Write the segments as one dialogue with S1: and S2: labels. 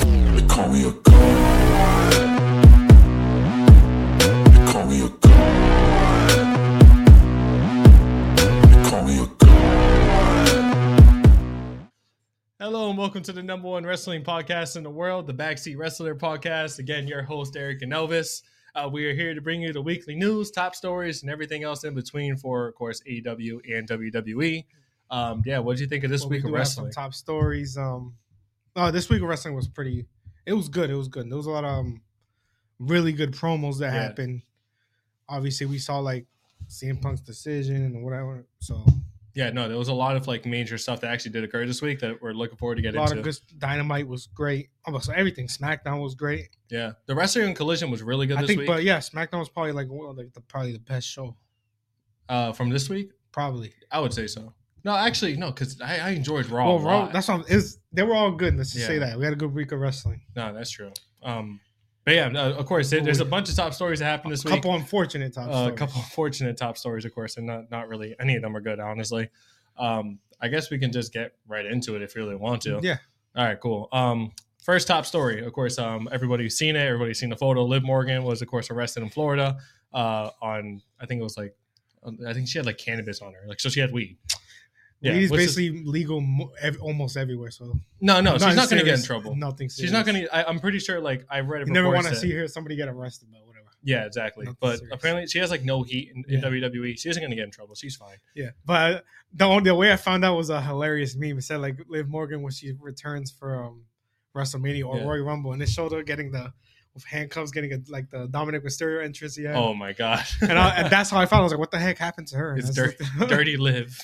S1: call me a god. They call me a god. They call me a god.
S2: Hello and welcome to the number one wrestling podcast in the world, the Backseat Wrestler Podcast. Again, your host Eric and Elvis. Uh, we are here to bring you the weekly news, top stories, and everything else in between for, of course, AEW and WWE. Um, yeah, what did you think of this
S3: Well,
S2: week
S3: we
S2: of
S3: do have some
S2: wrestling?
S3: top stories. Um, oh, this week of wrestling was pretty. It was good. It was good. There was a lot of um, really good promos that
S2: Yeah.
S3: happened. Obviously, we saw like CM Punk's decision and whatever. So
S2: yeah, no, there was a lot of like major stuff that actually did occur this week that we're looking forward to
S3: a
S2: get
S3: lot
S2: into.
S3: of good dynamite was great. Oh, so everything SmackDown was great.
S2: yeah, the wrestling collision was really good
S3: I
S2: this
S3: think,
S2: week.
S3: but yeah, SmackDown was probably like one of, like the probably the best show.
S2: uh, from this week,
S3: Probably.
S2: I would say so. No, actually, no, because I, I enjoyed Raw.
S3: well,
S2: a
S3: Raw,
S2: lot.
S3: that's what is. They were all good. Let's just say
S2: Yeah.
S3: that we had a good week of wrestling.
S2: no, that's true. Um, but yeah, no, of course, there- there's a bunch of top stories that happened this
S3: a
S2: week.
S3: couple unfortunate top
S2: Uh, a
S3: stories.
S2: couple of fortunate top stories, of course, and not not really any of them are good, honestly. Um, I guess we can just get right into it if you really want to.
S3: Yeah.
S2: All right, cool. Um, first top story, of course, um, everybody's seen it. Everybody's seen the photo. Liv Morgan was, of course, arrested in Florida uh, on I think it was like um, I think she had like cannabis on her, like so she had weed.
S3: Yeah, Weed is
S2: which is-
S3: basically legal mo- ev- almost everywhere. So
S2: no, no, she's not going to get in
S3: serious.
S2: trouble.
S3: Nothing.
S2: She's
S3: Serious.
S2: not going to. I'm pretty sure. Like I read it.
S3: You never
S2: reports
S3: want to
S2: that-
S3: see her somebody get arrested, but whatever.
S2: Yeah, exactly.
S3: Nothing
S2: but
S3: serious.
S2: apparently, she has like no heat in, in
S3: Yeah.
S2: WWE. She isn't going to get in trouble. She's fine.
S3: Yeah, but the only the way I found out was a hilarious meme. It said like Liv Morgan when she returns from WrestleMania or
S2: Yeah.
S3: Royal Rumble, and it showed her getting the with handcuffs, getting a, like the Dominic Mysterio entrance. Yeah,
S2: Oh my god.
S3: and, I, and that's how I found. I was like, what the heck happened to her? And
S2: It's
S3: I just looked-
S2: Dirty Liv.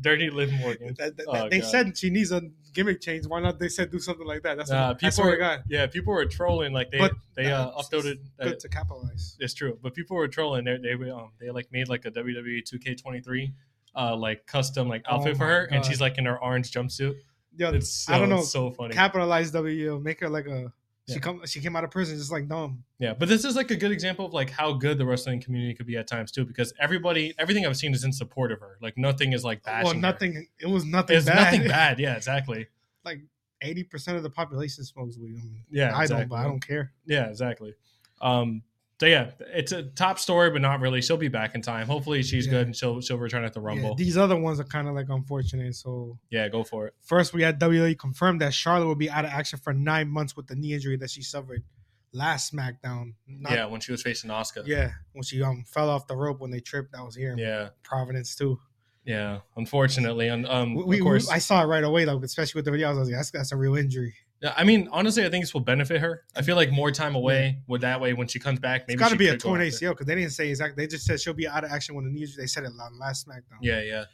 S2: Dirty Live Morgan.
S3: That- that-
S2: Oh,
S3: they
S2: God.
S3: said she needs a gimmick change. Why not? They said do something like that. That's
S2: Nah,
S3: what, that's
S2: people
S3: what I
S2: are-
S3: got.
S2: Yeah, people were trolling like they
S3: But,
S2: they uh,
S3: uh,
S2: uploaded. Uh,
S3: Good to capitalize.
S2: it's true, but people were trolling. They they were, um they like made like a E WWE 2K23 uh like custom like
S3: Oh
S2: outfit for
S3: my
S2: her, and
S3: God.
S2: she's like in her orange jumpsuit.
S3: Yeah,
S2: It's so,
S3: I don't know.
S2: it's so funny.
S3: capitalize W. Make her like a.
S2: Yeah.
S3: She come. She came out of prison just like dumb.
S2: yeah, but this is like a good example of like how good the wrestling community could be at times too, because everybody everything I've seen is in support of her. Like nothing is like bashing.
S3: Well,
S2: her.
S3: nothing. It was nothing.
S2: It's
S3: bad.
S2: nothing bad. Yeah, exactly.
S3: Like eighty percent of the population smokes weed. I mean,
S2: Yeah,
S3: I
S2: exactly.
S3: don't. But I don't care.
S2: Yeah, exactly. Um, so yeah, it's a top story, but not really. She'll be back in time. Hopefully, she's
S3: Yeah.
S2: good and she'll she'll return at the
S3: Yeah,
S2: Rumble. Yeah,
S3: these other ones are kind of like unfortunate. So
S2: go for it.
S3: first, we had WWE confirmed that Charlotte will be out of action for nine months with the knee injury that she suffered last SmackDown. Not-
S2: yeah, when she was facing Oscar.
S3: Yeah, when she um fell off the rope when they tripped, that was here in
S2: yeah,
S3: Providence too.
S2: yeah. Unfortunately, and um,
S3: We, we-
S2: of course,
S3: I saw it right away, like especially with the videos. I was like, that's, that's a real injury.
S2: Yeah, I mean, honestly, I think this will benefit her. I feel like more time away with that way when she comes back. Maybe
S3: it's got to
S2: she
S3: be a
S2: could go
S3: torn
S2: after.
S3: ACL because they didn't say exactly. They just said she'll be out of action when the knees. They said it on last SmackDown.
S2: Yeah, yeah.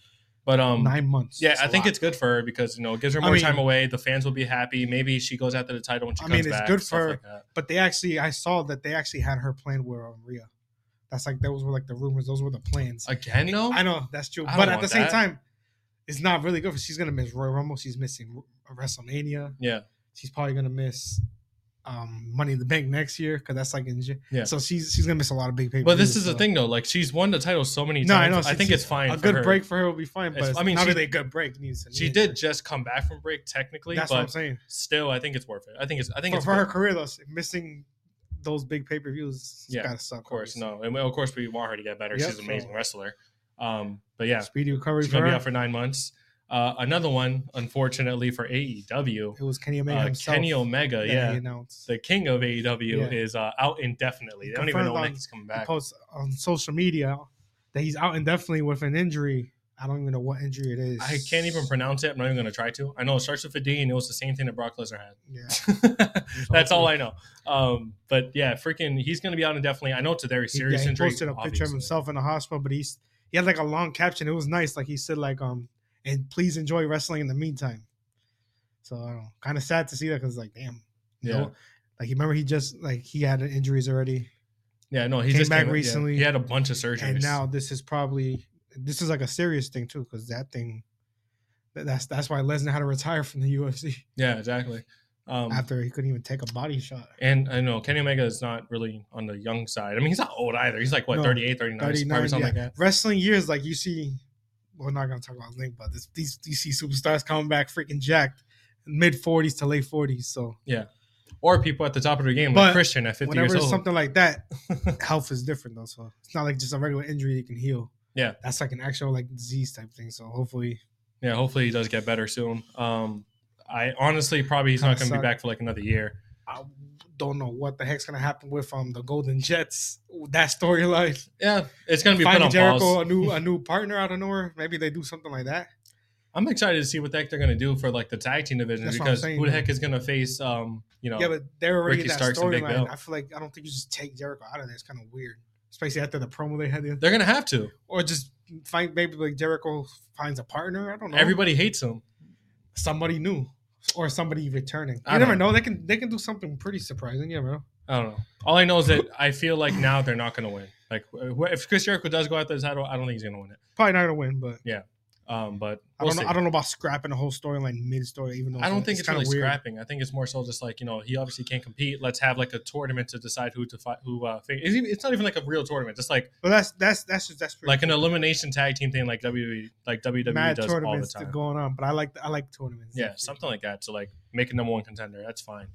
S2: But um,
S3: nine months.
S2: yeah,
S3: That's
S2: I
S3: a
S2: think
S3: lot.
S2: it's good for her because you know it gives her
S3: I
S2: more
S3: mean-
S2: time away. The fans will be happy. Maybe she goes after the title when she
S3: I
S2: comes
S3: mean, it's
S2: back,
S3: good
S2: stuff
S3: for-
S2: like that.
S3: But they actually, I saw that they actually had her planned with um, Rhea. That's like those were like the rumors. Those were the plans.
S2: again. No,
S3: I know that's true,
S2: I don't
S3: but at
S2: want
S3: the same
S2: that.
S3: time, it's not really good. 'cause She's gonna miss Royal Rumble. She's missing WrestleMania.
S2: yeah,
S3: She's probably gonna miss um, Money in the Bank next year because that's like in Jan-
S2: Yeah.
S3: So she's she's gonna miss a lot of big pay.
S2: But this is the thing, though. Like she's won the title so many
S3: No, I
S2: times.
S3: know,
S2: I,
S3: she-
S2: think it's fine.
S3: A
S2: for
S3: good
S2: her.
S3: break for her would be fine.
S2: It's-
S3: But
S2: I
S3: I
S2: mean,
S3: mean, not
S2: she-
S3: really a good break. Needs
S2: She did just come back from break technically,
S3: That's what I'm
S2: but
S3: saying.
S2: still, I think it's worth it. I think it's. I think
S3: But
S2: it's
S3: for her
S2: good.
S3: career, though, missing those big pay per views,
S2: Yeah,
S3: gotta suck.
S2: of course,
S3: obviously.
S2: no, and well, of course we want her to get better.
S3: Yep.
S2: She's an amazing wrestler. Um, but yeah,
S3: Speedy recovery
S2: she's
S3: for
S2: gonna be
S3: her.
S2: out for nine months. Uh, another one, unfortunately for AEW,
S3: it was Kenny Omega
S2: uh,
S3: himself.
S2: Kenny Omega,
S3: that
S2: yeah,
S3: he announced.
S2: the king of AEW,
S3: Yeah.
S2: is uh, out indefinitely. They don't even
S3: Confirmed
S2: know
S3: on-
S2: when he's coming
S3: He
S2: back.
S3: posts on social media that he's out indefinitely with an injury. I don't even know what injury it is.
S2: I can't even pronounce it. I'm not even gonna try to. I know it starts with a D, and it was the same thing that Brock Lesnar had.
S3: Yeah,
S2: That's all I know. Um, but yeah, freaking, he's going to be out indefinitely. I know it's a very
S3: He-
S2: serious
S3: yeah, he
S2: injury.
S3: posted a picture of
S2: obviously.
S3: himself in the hospital, but he's he had like a long caption. It was nice. Like he said, like um, and please enjoy wrestling in the meantime. So I don't know. Kind of sad to see that because like damn, you
S2: Yeah.
S3: know? like you remember he just like he had injuries already.
S2: Yeah, no, he
S3: Came
S2: just
S3: back
S2: came yeah.
S3: recently.
S2: He had a bunch of surgeries.
S3: and now this is probably this is like a serious thing too because that thing that- that's that's why Lesnar had to retire from the UFC
S2: yeah, exactly. Um,
S3: after he couldn't even take a body shot.
S2: and I know Kenny Omega is not really on the young side. I mean, he's not old either. He's like what
S3: No,
S2: 38, 39,
S3: Thirty
S2: probably
S3: nine,
S2: something
S3: yeah.
S2: like that.
S3: wrestling years like you see. We're not gonna talk about Link, but this, these you see superstars coming back freaking jacked, mid forties to late forties. So
S2: Yeah. or people at the top of their game,
S3: But
S2: like Christian at 50 years
S3: Whenever
S2: old.
S3: it's something like that, health is different though. So it's not like just a regular injury you can heal.
S2: Yeah.
S3: That's like an actual like disease type thing. So hopefully
S2: yeah, hopefully he does get better soon. Um, I honestly probably he's
S3: Kinda
S2: not going to be
S3: suck.
S2: back for like another year.
S3: I don't know what the heck's gonna happen with um the Golden Jets. That storyline.
S2: Yeah, it's going to be put
S3: Finding
S2: on
S3: Jericho
S2: pause.
S3: a new a new partner out of nowhere. Maybe they do something like that.
S2: I'm excited to see what the heck they're going to do for like the tag team division
S3: That's what I'm
S2: because
S3: saying,
S2: who the
S3: man.
S2: heck is going to face um you know
S3: Yeah, but they're already
S2: Ricky
S3: in that
S2: Starks and Big Bill.
S3: storyline. I feel like I don't think you just take Jericho out of there. It's kind of weird, especially after the promo they had. there.
S2: they're going to have to.
S3: Or just find maybe like Jericho finds a partner. I don't know.
S2: Everybody hates him.
S3: somebody new or somebody returning. You
S2: I
S3: never
S2: don't
S3: know. They can they can do something pretty surprising. Yeah, bro.
S2: I don't know. All I know is that I feel like now they're not going to win. Like wh- if Chris Jericho does go after the title, I don't think he's going to win it.
S3: Probably not gonna win, but
S2: Um, but
S3: I
S2: we'll
S3: don't know.
S2: see.
S3: I don't know about scrapping the whole storyline mid story. Even though
S2: I don't think it's,
S3: kinda
S2: really
S3: weird.
S2: scrapping. I think it's more so just like you know he obviously can't compete. Let's have like a tournament to decide who to fight. Who uh, fa- it's, even, it's not even like a real tournament. Just like
S3: But that's that's that's just that's pretty
S2: like an elimination tag team thing, like WWE, like WWE
S3: mad
S2: E does all the
S3: tournaments
S2: time.
S3: going on. But I like I like tournaments.
S2: Yeah, something like that. So like make a number one contender. That's fine.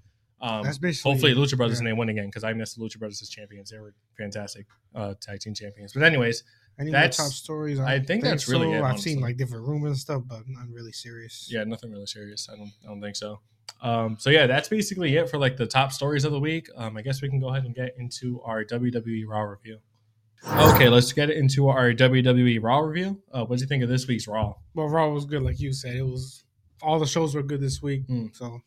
S2: Um,
S3: that's basically
S2: hopefully Lucha Brothers and
S3: yeah.
S2: they win again because I miss the Lucha Brothers as champions. They were fantastic uh, tag team champions. But anyways,
S3: Any more
S2: that's-
S3: top stories?
S2: I think that's really
S3: so.
S2: it,
S3: I've
S2: honestly.
S3: seen like different rumors and stuff, but not really serious.
S2: yeah, nothing really serious. I don't I don't think so. Um, so yeah, that's basically it for like the top stories of the week. Um, I guess we can go ahead and get into our WWE Raw review. Okay, let's get into our WWE Raw review. Uh, what do you think of this week's Raw?
S3: But Raw was good, like you said. It was all the shows were good this week.
S2: Mm.
S3: So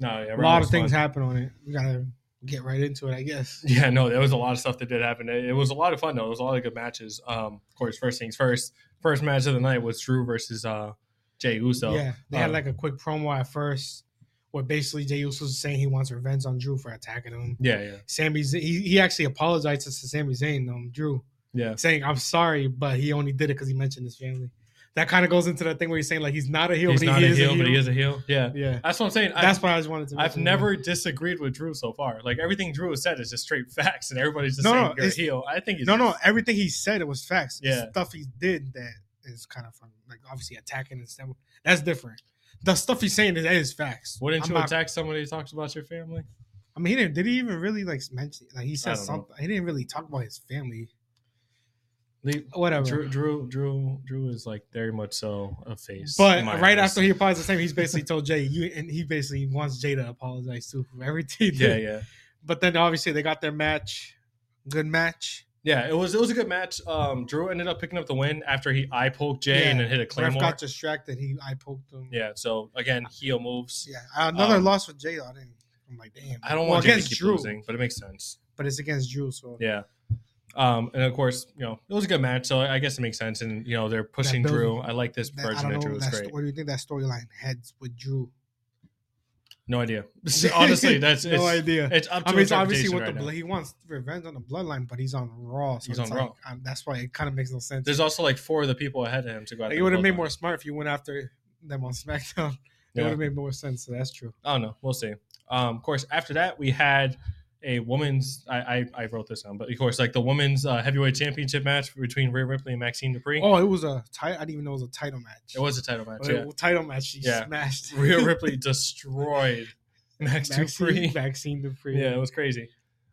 S2: No, yeah,
S3: a
S2: Raw
S3: lot
S2: was
S3: of things
S2: fun.
S3: happened on it. We gotta get right into it, I guess.
S2: Yeah, no, there was a lot of stuff that did happen. It, it was a lot of fun though. It was a lot of good matches. Um, of course, first things first. First match of the night was Drew versus uh, Jay Uso.
S3: yeah, they
S2: uh,
S3: had like a quick promo at first, where basically Jey Uso was saying he wants revenge on Drew for attacking him.
S2: yeah, yeah,
S3: Sammy, Z- he, he actually apologized to Sami Zayn, um, Drew,
S2: yeah.
S3: saying I'm sorry, but he only did it because he mentioned his family. That kind of goes into that thing where he's saying like he's not a heel,
S2: He's
S3: but
S2: not
S3: he
S2: a
S3: is
S2: heel,
S3: a heel.
S2: but he is a heel. Yeah,
S3: yeah,
S2: that's what I'm saying. I-
S3: that's what I just wanted to.
S2: I've
S3: mention.
S2: never disagreed with Drew so far. Like everything Drew has said is just straight facts, and everybody's just
S3: No,
S2: saying
S3: no,
S2: you're a
S3: it's-
S2: heel. I think it's
S3: No, no, everything he said it was facts. It's
S2: Yeah.
S3: stuff he did that is kind of fun. Like obviously attacking and stuff. That's different. The stuff he's saying is, that is facts.
S2: Wouldn't
S3: I'm
S2: you
S3: not-
S2: attack somebody who talks about your family?
S3: I mean, he didn't. Did he even really like mention? Like he
S2: I
S3: said
S2: don't know.
S3: something. He didn't really talk about his family.
S2: Leave-
S3: Whatever.
S2: Drew, Drew, Drew, Drew is like very much so a face.
S3: But
S2: in my
S3: right
S2: eyes.
S3: after he apologized, to Sammy, he's basically told Jay, "You," and he basically wants Jay to apologize too for everything.
S2: yeah, yeah,
S3: But then obviously they got their match. Good match.
S2: yeah. It was it was a good match. Um, Drew ended up picking up the win after he eye poked Jay
S3: Yeah.
S2: and then hit a
S3: Ref
S2: claymore.
S3: got distracted. He I poked him.
S2: Yeah. So again, heel moves.
S3: Yeah. Another
S2: Um,
S3: loss for Jay. I didn't. I'm like, damn.
S2: I don't
S3: Well,
S2: want Jay to
S3: against
S2: keep
S3: Drew,
S2: losing, but it makes sense.
S3: but it's against Drew. So
S2: Yeah. Um, and of course, you know, it was a good match, so I guess it makes sense. And you know, they're pushing
S3: building-
S2: Drew. I like this
S3: that- I
S2: version
S3: don't
S2: of
S3: know.
S2: Drew. It's
S3: That
S2: great.
S3: sto- where do you think that storyline heads with Drew?
S2: No idea. Honestly, that's
S3: no
S2: it's,
S3: idea.
S2: It's up to
S3: I mean, it's obviously
S2: interpretation
S3: what the
S2: right
S3: blo-
S2: now.
S3: he wants revenge on the bloodline, but he's on Raw. So
S2: He's
S3: it's
S2: on
S3: like,
S2: Raw.
S3: um, that's why it kind of makes no sense.
S2: There's also like four of the people ahead of him to go.
S3: Like,
S2: after
S3: it would have
S2: Bloodline.
S3: made more smart if you went after them on SmackDown. It
S2: Yeah.
S3: would have made more sense. So that's true.
S2: I don't know. We'll see. Um, of course, after that we had a woman's. I I, I wrote this down, but of course, like the women's uh, heavyweight championship match between Rhea Ripley and Maxine Dupree.
S3: Oh, it was a title. I didn't even know it was a title match.
S2: It was a title match.
S3: But
S2: Yeah.
S3: it- title match. She
S2: Yeah.
S3: smashed
S2: Rhea Ripley destroyed Max Dupree.
S3: Maxine, Maxine Dupree.
S2: Yeah, it was crazy.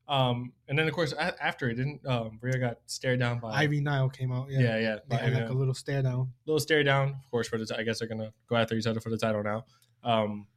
S2: Um, and then of course a- after it didn't um, Rhea got stared down by
S3: Ivy Nile came out. Yeah,
S2: Yeah, yeah,
S3: They
S2: by
S3: had
S2: Ivy
S3: like a
S2: Nile.
S3: little stare down.
S2: little stare down. Of course, for the ti- I guess they're gonna go after each other for the title now. Um,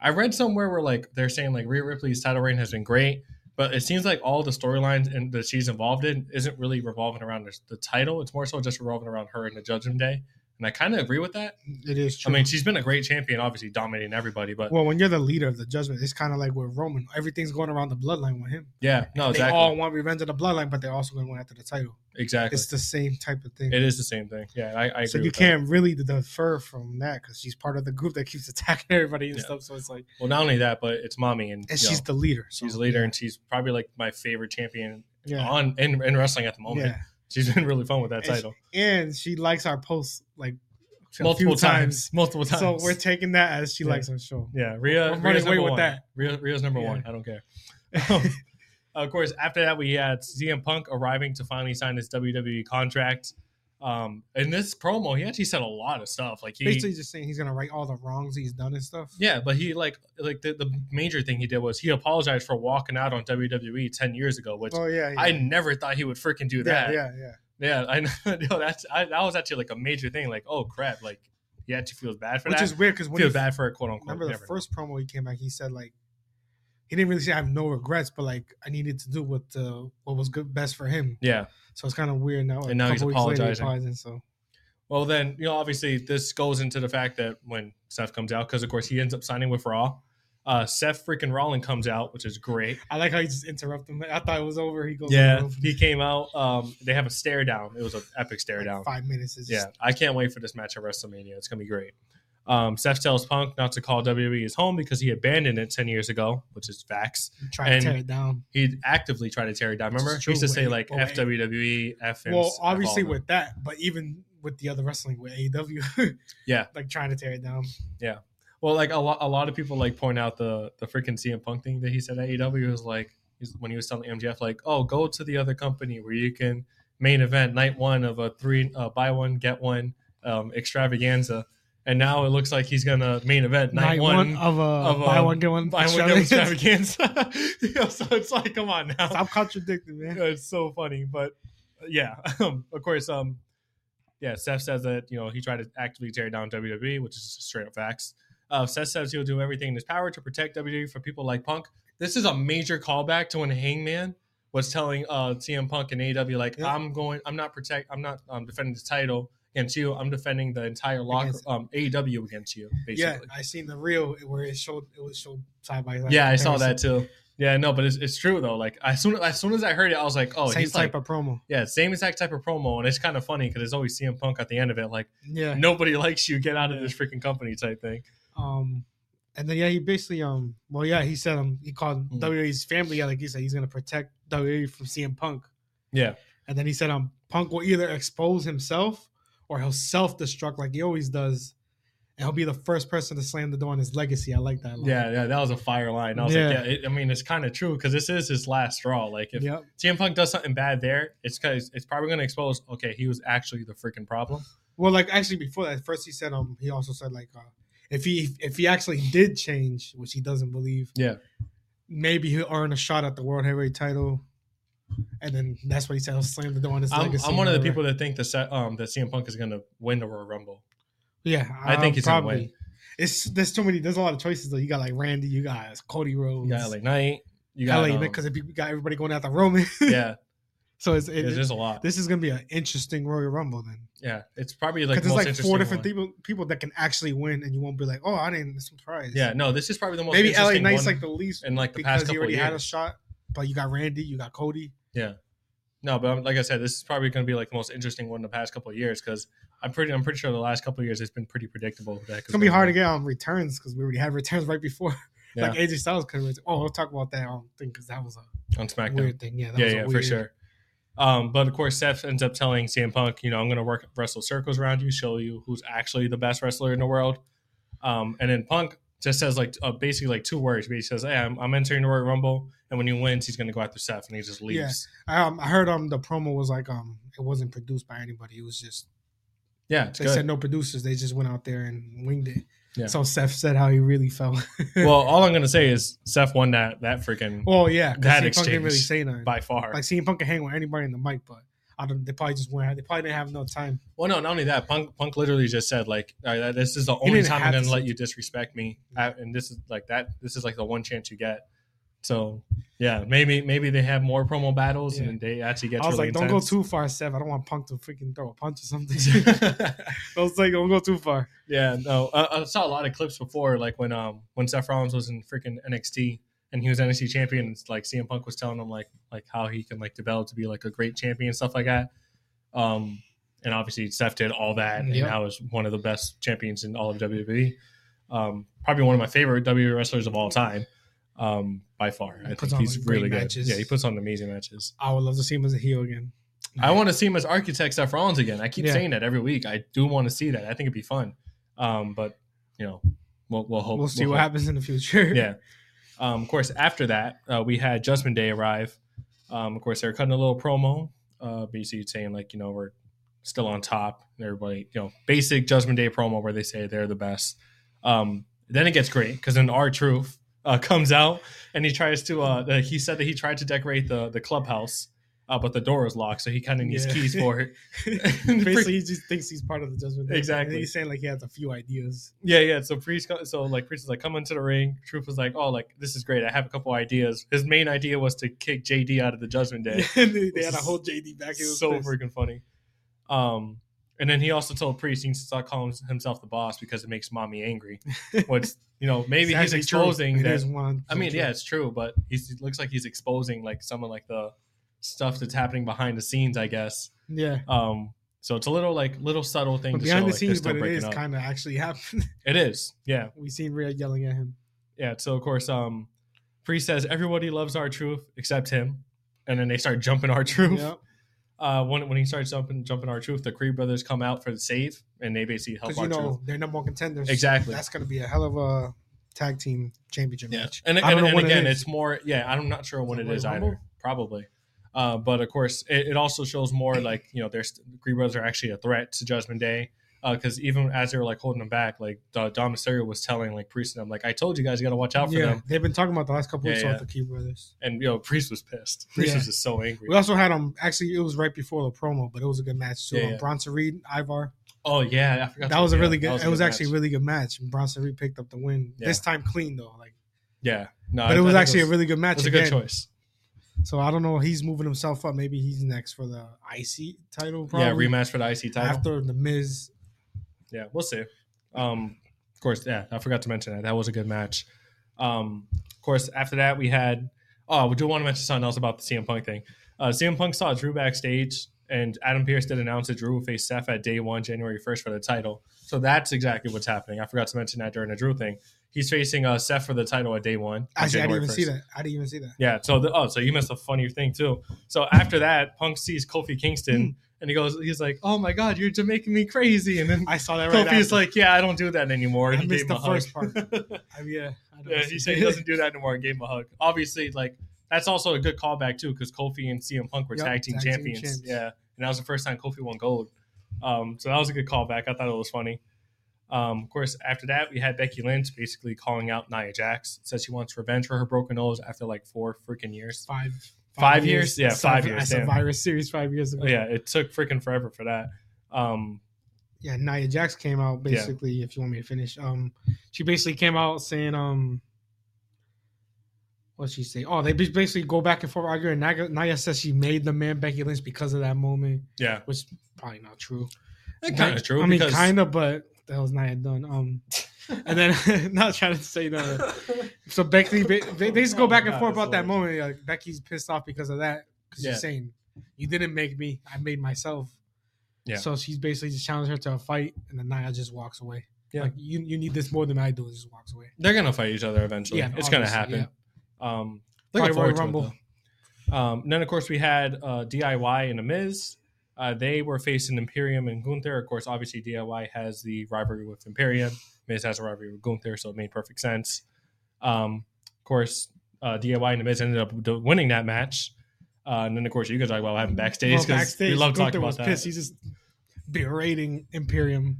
S2: I read somewhere where like they're saying like Rhea Ripley's title reign has been great, but it seems like all the storylines and that she's involved in isn't really revolving around the, the title. It's more so just revolving around her and the Judgment Day. And I kind of agree with that.
S3: It is true.
S2: I mean, she's been a great champion, obviously dominating everybody. But
S3: well, when you're the leader of the Judgment, it's kind of like with Roman. Everything's going around the bloodline with him.
S2: yeah, no,
S3: They
S2: Oh, exactly,
S3: all want revenge of the bloodline, but they're also going to win after the title.
S2: exactly.
S3: It's the same type of thing.
S2: It is the same thing. Yeah, I, I agree.
S3: so you
S2: with that.
S3: can't really defer from that because she's part of the group that keeps attacking everybody and
S2: Yeah.
S3: stuff. So it's like,
S2: Well, not only that, but it's mommy, and,
S3: and
S2: you know,
S3: she's the leader. So,
S2: she's a leader, and she's probably like my favorite champion
S3: Yeah.
S2: on in, in wrestling at the moment.
S3: yeah.
S2: She's been really fun with that
S3: And she-
S2: title
S3: And she likes our posts like a
S2: multiple
S3: few
S2: times, multiple times.
S3: So we're taking that as she
S2: Yeah.
S3: likes our show.
S2: yeah, Rhea.
S3: we're
S2: Rhea's
S3: running away
S2: number
S3: with
S2: one.
S3: that.
S2: Rhea, Rhea's number
S3: Yeah.
S2: one. I don't care. Um, of course, after that, we had CM Punk arriving to finally sign his WWE E contract. Um, in this promo, he actually said a lot of stuff. Like he,
S3: Basically, just saying he's gonna right all the wrongs he's done and stuff.
S2: yeah, but he like like the, the major thing he did was he apologized for walking out on WWE ten years ago, which
S3: Oh yeah. yeah.
S2: I never thought he would freaking do that.
S3: Yeah, yeah, yeah.
S2: Yeah, I know. No, that's I, that was actually like a major thing. Like, oh crap! Like, he actually feels bad for
S3: Which
S2: that.
S3: is weird because when
S2: feel
S3: he
S2: bad for it, quote unquote.
S3: remember the
S2: never.
S3: first promo he came back, he said like he didn't really say I have no regrets, but like I needed to do what uh, what was good best for him.
S2: Yeah.
S3: So it's kind of weird now. a
S2: And now he's
S3: couple weeks later,
S2: apologizing.
S3: so
S2: Well, then you know, obviously, this goes into the fact that when Seth comes out, because of course he ends up signing with Raw. Uh, Seth freaking Rollins comes out, which is great.
S3: I like how he just interrupted him. I thought it was over. He goes,
S2: Yeah,
S3: over for
S2: he came out. Um, they have a stare down. It was an epic stare
S3: like
S2: down.
S3: five minutes. It's
S2: Yeah,
S3: just,
S2: I can't wait for this match at WrestleMania. It's gonna be great. Um, Seth tells Punk not to call WWE his home because he abandoned it ten years ago, which is facts.
S3: trying
S2: And-
S3: to tear it down.
S2: He'd actively try to tear it down.
S3: Which is
S2: Remember, he
S3: true,
S2: used to say like
S3: wait, wait.
S2: F WWE, F. and
S3: Well,
S2: s-
S3: obviously
S2: all of them.
S3: with that, but even with the other wrestling with AEW,
S2: Yeah.
S3: like trying to tear it down.
S2: well, like a lot, a lot of people like point out the the freaking CM Punk thing that he said at AEW was like he's, when he was telling MJF like, oh, go to the other company where you can main event night one of a three uh, buy one get one um, extravaganza, and now it looks like he's gonna main event night, one
S3: of a,
S2: of a-
S3: buy one get one.
S2: Buy one get one extravaganza. You know, so it's like, come on now.
S3: Stop contradicting, man.
S2: It's so funny, but uh, yeah, um, of course, um, yeah. Seth says that you know he tried to actively tear down WWE, which is just straight up facts. Uh, Seth says he'll do everything in his power to protect WWE from people like Punk. This is a major callback to when Hangman was telling uh, CM Punk and AEW, like,
S3: Yeah.
S2: I'm going, I'm not protect, I'm not um, defending the title against you. I'm defending the entire locker,
S3: Against-
S2: um, AEW against you, basically.
S3: Yeah, I seen the reel where it showed it was showed side by side.
S2: yeah, I saw
S3: comparison.
S2: that too. Yeah, no, but it's, it's true though. Like as soon as soon as I heard it, I was like, oh,
S3: same
S2: he's
S3: type
S2: like,
S3: of promo.
S2: yeah, same exact type of promo, and it's kind of funny because it's always CM Punk at the end of it, like
S3: Yeah.
S2: nobody likes you, get out of this freaking company type thing.
S3: Um, and then yeah, he basically um, well yeah, he said um, he called
S2: Mhm.
S3: WWE's family. Yeah, like he said, he's gonna protect WWE from CM Punk.
S2: Yeah,
S3: And then he said um, Punk will either expose himself or he'll self destruct like he always does, and he'll be the first person to slam the door on his legacy. I like that. Line.
S2: yeah, yeah. That was a fire line. I was
S3: Yeah.
S2: like, yeah. It, I mean, it's kind of true because this is his last straw. Like if
S3: Yep.
S2: CM Punk does something bad there, it's because it's probably going to expose. Okay, he was actually the freaking problem.
S3: Well, like actually before that, first he said um, he also said like uh, if he if he actually did change, which he doesn't believe,
S2: Yeah.
S3: maybe he'll earn a shot at the world heavyweight title. And then that's what he said. He'll slam the door on his
S2: I'm,
S3: legacy.
S2: I'm one of the
S3: whatever.
S2: people that think that Seth- um that CM Punk is going to win the Royal Rumble.
S3: Yeah,
S2: I think he's gonna
S3: probably.
S2: win.
S3: It's there's too many. There's a lot of choices though. You got like Randy. You got Cody Rhodes.
S2: You got LA Knight. You got
S3: LA
S2: um,
S3: because you got everybody going after Roman.
S2: yeah,
S3: so it's it,
S2: there's there's a lot.
S3: this is gonna be an interesting Royal Rumble then.
S2: Yeah, it's probably like
S3: Because
S2: the most
S3: there's like
S2: interesting
S3: four different
S2: one.
S3: people people that can actually win, and you won't be like, oh, I didn't surprise.
S2: Yeah, no, this is probably the most
S3: maybe LA
S2: interesting
S3: Knight's
S2: one
S3: like the least
S2: in like the past
S3: because he
S2: couple of
S3: already
S2: years.
S3: had a shot. But you got Randy. You got Cody.
S2: no, but I'm, like I said, this is probably going to be like the most interesting one in the past couple of years because I'm pretty I'm pretty sure the last couple of years it's been pretty predictable. That
S3: It's gonna be hard to get on returns because we already had returns right before.
S2: Yeah.
S3: Like AJ Styles could. Oh, we'll talk about that um, thing because that was a
S2: on SmackDown.
S3: weird thing. Yeah, that
S2: yeah,
S3: was a
S2: yeah, for
S3: weird-
S2: sure. Um, but of course, Seth ends up telling CM Punk, you know, I'm going to work wrestle circles around you, show you who's actually the best wrestler in the world. Um, and then Punk just says like uh, basically like two words. But he says, "Hey, I'm, I'm entering the Royal Rumble, and when he wins, he's going to go after Seth," and he just leaves.
S3: Yeah. Um, I heard um the promo was like um it wasn't produced by anybody. It was just
S2: Yeah, it's
S3: they
S2: good.
S3: said no producers. They just went out there and winged it.
S2: Yeah.
S3: So Seth said how he really felt.
S2: well, all I'm gonna say is Seth won that that freaking
S3: oh yeah, 'cause
S2: That
S3: CM Punk didn't really
S2: exchange
S3: say nothing.
S2: by far.
S3: Like CM Punk can hang with anybody in the mic, but I don't. They probably just went. They probably didn't have no time.
S2: well, no, not only that, Punk Punk literally just said like, "All right, "This is the only
S3: didn't
S2: time I'm
S3: have to
S2: gonna
S3: say Mm.
S2: let
S3: that.
S2: you disrespect me," I- and this is like that. This is like the one chance you get. So yeah, maybe maybe they have more promo battles
S3: Yeah.
S2: and they actually get.
S3: I was
S2: really
S3: like, don't
S2: intense.
S3: go too far, Seth. I don't want Punk to freaking throw a punch or something. I was like, don't go too far.
S2: yeah, no, uh, I, I saw a lot of clips before, like when um when Seth Rollins was in freaking NXT. And he was NXT champion. And like CM Punk was telling him, like like how he can like develop to be like a great champion and stuff like that. Um, and obviously Seth did all that, and
S3: Yep.
S2: now is one of the best champions in all of WWE. Um, probably one of my favorite WWE wrestlers of all time, um, by far. I
S3: puts
S2: think
S3: on,
S2: he's
S3: like, great
S2: really good.
S3: matches.
S2: Yeah, he puts on amazing matches.
S3: I would love to see him as a heel again.
S2: I want to see him as architect Seth Rollins again. I keep
S3: Yeah.
S2: saying that every week. I do want to see that. I think it'd be fun. Um, but you know, we'll, we'll hope.
S3: we'll see what
S2: hope.
S3: happens in the future.
S2: Yeah. Um, of course, after that, uh, we had Judgment Day arrive. Um, of course, they're cutting a little promo, uh, basically saying like, you know, we're still on top. And everybody, you know, basic Judgment Day promo where they say they're the best. Um, then it gets great because then our truth uh, comes out and he tries to. Uh, uh, he said that he tried to decorate the the clubhouse, uh, but the door is locked, so he kind of needs
S3: Yeah.
S2: keys for it.
S3: Basically, he just thinks he's part of the Judgment Day.
S2: Exactly.
S3: He's saying like he has a few ideas.
S2: Yeah, yeah. So priest, co- so like priest is like, come into the ring. Truth was like, oh, like this is great. I have a couple ideas. His main idea was to kick JD out of the Judgment Day.
S3: And they, they
S2: This
S3: had a
S2: is
S3: whole JD back. It was
S2: so
S3: pissed.
S2: freaking funny. Um, and then he also told priest he needs to start calling himself the boss because it makes mommy angry. What's you know maybe
S3: It's
S2: he's
S3: actually true.
S2: exposing
S3: It
S2: that.
S3: is one.
S2: I mean,
S3: true.
S2: yeah, it's true, but he's, it looks like he's exposing like some of like the stuff that's happening behind the scenes, I guess.
S3: yeah.
S2: Um, so it's a little like little subtle thing
S3: But
S2: to
S3: behind
S2: show, like,
S3: the
S2: they're
S3: scenes,
S2: still
S3: but it
S2: breaking
S3: is
S2: up.
S3: kind of actually happened.
S2: it is, yeah.
S3: we seen Rhea yelling at him.
S2: yeah so of course um priest says everybody loves our truth except him and then they start jumping our truth
S3: Yeah,
S2: uh when, when he starts jumping jumping our truth the creed brothers come out for the save and they basically help
S3: because
S2: our
S3: you know
S2: truth
S3: they're number one contenders.
S2: exactly
S3: That's gonna be a hell of a tag team championship
S2: yeah
S3: match.
S2: and,
S3: I don't
S2: and,
S3: know
S2: and
S3: when it
S2: again
S3: is.
S2: it's more yeah i'm not sure when
S3: it
S2: it
S3: Royal
S2: is
S3: Rumble?
S2: either probably uh, but of course, it, it also shows more like you know, there's the Creed brothers are actually a threat to Judgment Day, because even as they were like holding them back, like uh, Dom Mysterio was telling like Priest and them, like I told you guys, you got to watch out for
S3: yeah,
S2: them,
S3: they've been talking about the last couple
S2: Yeah,
S3: weeks
S2: yeah.
S3: about the Key Brothers.
S2: and you know, Priest was pissed. Priest
S3: Yeah.
S2: was just so angry.
S3: We also had um actually it was right before the promo, but it was a good match too.
S2: Yeah,
S3: um,
S2: yeah.
S3: Bronson Reed, Ivar.
S2: Oh yeah, I forgot
S3: that was a
S2: yeah,
S3: really good.
S2: a
S3: it was
S2: match.
S3: actually a really good match. And Bronson Reed picked up the win
S2: Yeah.
S3: this time clean though. Like,
S2: yeah. No,
S3: but
S2: I-
S3: it was
S2: I think
S3: actually a really good
S2: it
S3: match.
S2: was a
S3: again.
S2: good choice.
S3: So I don't know. He's moving himself up. Maybe he's next for the IC title. Probably.
S2: Yeah, rematch for the IC title.
S3: after the Miz.
S2: yeah, we'll see. Um, of course, yeah, I forgot to mention that that was a good match. Um, of course, after that we had. Oh, we do want to mention something else about the CM Punk thing. Uh, CM Punk saw Drew backstage, and Adam Pierce did announce that Drew will face Seth at Day One, January first, for the title. So that's exactly what's happening. I forgot to mention that during the Drew thing. He's facing uh, Seth for the title at Day One. on
S3: Actually, I didn't
S2: January
S3: even see
S2: 1st.
S3: that. I didn't even see that.
S2: Yeah. So the, oh, so you missed a funny thing too. So after that, Punk sees Kofi Kingston and he goes, he's like, "Oh my God, you're just making me crazy." And then
S3: Hmm. I saw that right.
S2: Kofi's
S3: after.
S2: like, "Yeah, I don't do that anymore."
S3: I
S2: And he
S3: missed
S2: gave him
S3: the
S2: a hug.
S3: first part. I mean, yeah, I don't
S2: yeah,
S3: see
S2: he said he
S3: that.
S2: doesn't do that anymore. And gave him a hug. Obviously, like that's also a good callback too, because Kofi and CM Punk were
S3: Yep,
S2: tag team
S3: tag team
S2: champions.
S3: champs.
S2: Yeah, and that was the first time Kofi won gold. Um, so that was a good callback. I thought it was funny. Um, of course, after that, we had Becky Lynch basically calling out Nia Jax. Says she wants revenge for her broken nose after like four freaking years.
S3: five
S2: Five years? Yeah, five
S3: Survi-
S2: years,
S3: I saw
S2: damn.
S3: Virus series five years ago.
S2: Oh, yeah, it took freaking forever for that. Um,
S3: yeah. Nia Jax came out basically. If you want me to finish, um, she basically came out saying, um, what she say? Oh, they bas- basically go back and forth arguing. Nia, Nia says she made the man Becky Lynch because of that moment,
S2: yeah,
S3: which probably not true.
S2: it kind of Eh, true.
S3: I mean,
S2: because,
S3: kind of, but what the hell's Nia done? Um, and then not trying to say that. So Becky, they, they just
S2: Oh
S3: go
S2: my
S3: back and
S2: God,
S3: forth
S2: that's
S3: about that
S2: hilarious.
S3: moment. Like Becky's pissed off because of that. Because
S2: Yeah.
S3: she's saying, "You didn't make me. I made myself."
S2: Yeah.
S3: So she's basically just challenged her to a fight, and then Nia just walks away.
S2: Yeah.
S3: Like you, you need this more than I do. and Just walks away.
S2: They're gonna fight each other eventually.
S3: Yeah,
S2: it's gonna
S3: obviously,
S2: happen. Um,
S3: Probably
S2: looking
S3: Royal
S2: forward
S3: Rumble.
S2: to it. though. Um, then of course we had uh, DIY and the Miz. Uh, they were facing Imperium and Gunther. Of course, obviously DIY has the rivalry with Imperium. Miz has a rivalry with Gunther, so it made perfect sense. Um, of course, uh, DIY and the Miz ended up do- winning that match. Uh, and then of course you guys are like, well, I haven't backstage
S3: Well,
S2: because we love
S3: Gunther
S2: talking about
S3: was
S2: that.
S3: Pissed. He's just berating Imperium,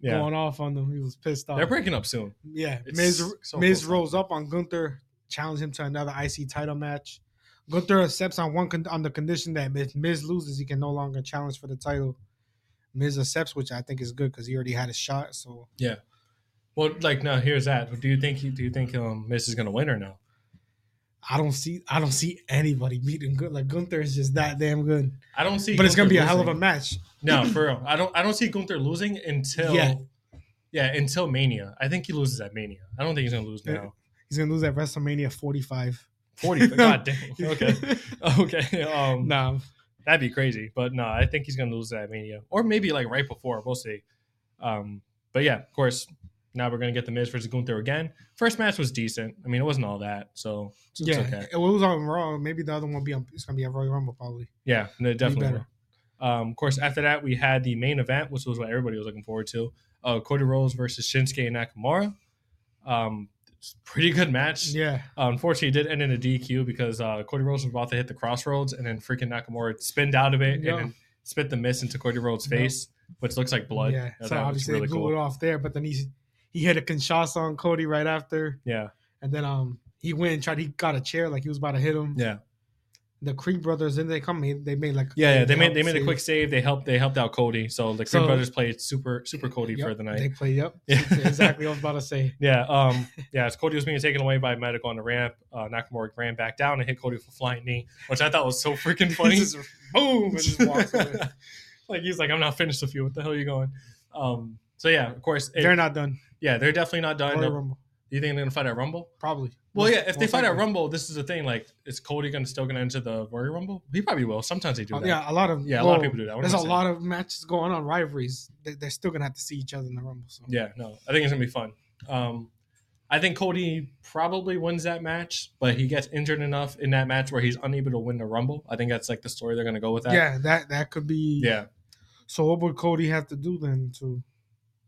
S2: Yeah,
S3: going off on them. He was pissed off.
S2: they're breaking up soon.
S3: Yeah,
S2: It's
S3: Miz
S2: so
S3: Miz
S2: close.
S3: rolls up on Gunther, challenges him to another IC title match. Gunther accepts on one con- on the condition that if Miz loses, he can no longer challenge for the title. Miz accepts, which I think is good because he already had a shot. So
S2: Well, like now, here's that. Do you think do you think um Miz is gonna win or no?
S3: I don't see I don't see anybody beating Gunther. Like Gunther is just that damn good.
S2: I don't see,
S3: But it's gonna
S2: Gunther
S3: be a hell of a
S2: losing.
S3: match.
S2: no for real. I don't I don't see Gunther losing until yeah.
S3: Yeah.
S2: until Mania. I think he loses at Mania. I don't think he's gonna lose now.
S3: He's gonna lose at WrestleMania 45.
S2: Forty, god damn. Okay, okay. Um,
S3: nah,
S2: that'd be crazy. But no, I think he's gonna lose at Mania, or maybe like right before. We'll see. Um, but yeah, of course. Now we're gonna get the Miz versus Gunther again. First match was decent. I mean, it wasn't all that, so it's
S3: yeah.
S2: okay.
S3: It was on Raw. Maybe the other one will be on. It's gonna be a Royal Rumble probably.
S2: Yeah, no, definitely.
S3: better.
S2: will. Um, of course, after that, we had the main event, which was what everybody was looking forward to. Uh, Cody Rhodes versus Shinsuke Nakamura. Um, it's a pretty good match.
S3: Yeah,
S2: Uh, unfortunately, it did end in a DQ because uh, Cody Rhodes was about to hit the crossroads, and then freaking Nakamura spinned out of it
S3: Yeah.
S2: and then spit the mist into Cody Rhodes'
S3: No.
S2: face, which looks like blood.
S3: Yeah,
S2: I
S3: so
S2: thought it was
S3: obviously
S2: really
S3: they blew
S2: cool.
S3: it off there, but then he he hit a Kinshasa on Cody right after,
S2: Yeah,
S3: and then um he went and tried. He got a chair like he was about to hit him.
S2: yeah,
S3: The Creed brothers in they come. he- They made like
S2: yeah, yeah. They made
S3: helped
S2: they made a
S3: save-
S2: quick save. They helped they helped out Cody. So the Creed
S3: So-
S2: brothers played super super Cody
S3: Yep,
S2: for the night.
S3: They play yep
S2: Yeah.
S3: exactly. what I was about to say
S2: Yeah, um, yeah. As Cody was being taken away by a medic on the ramp, uh, Nakamura ran back down and hit Cody with a flying knee, which I thought was so freaking funny.
S3: He just boom and just walks away.
S2: like he's like, I'm not finished with you. What the hell are you going? Um, so yeah, of course, it-
S3: They're not done.
S2: yeah, they're definitely not done.
S3: Royal
S2: Do
S3: Rumble,
S2: you think they're gonna fight at Rumble?
S3: probably.
S2: Well,
S3: Most-
S2: yeah. If they
S3: most
S2: fight at
S3: likely.
S2: Rumble, this is the thing. Like, is Cody gonna still gonna enter the Royal Rumble? He probably will. Sometimes they do
S3: Oh,
S2: that.
S3: yeah, a lot of
S2: yeah. A lot of
S3: well,
S2: people do that. What am
S3: There's
S2: I
S3: a
S2: saying?
S3: lot of matches going on, rivalries. They, they're still gonna have to see each other in the Rumble. So.
S2: Yeah, no, I think it's gonna be fun. Um, I think Cody probably wins that match, but he gets injured enough in that match where he's unable to win the Rumble. I think that's like the story they're gonna go with that.
S3: yeah, that that could be.
S2: yeah.
S3: So what would Cody have to do then to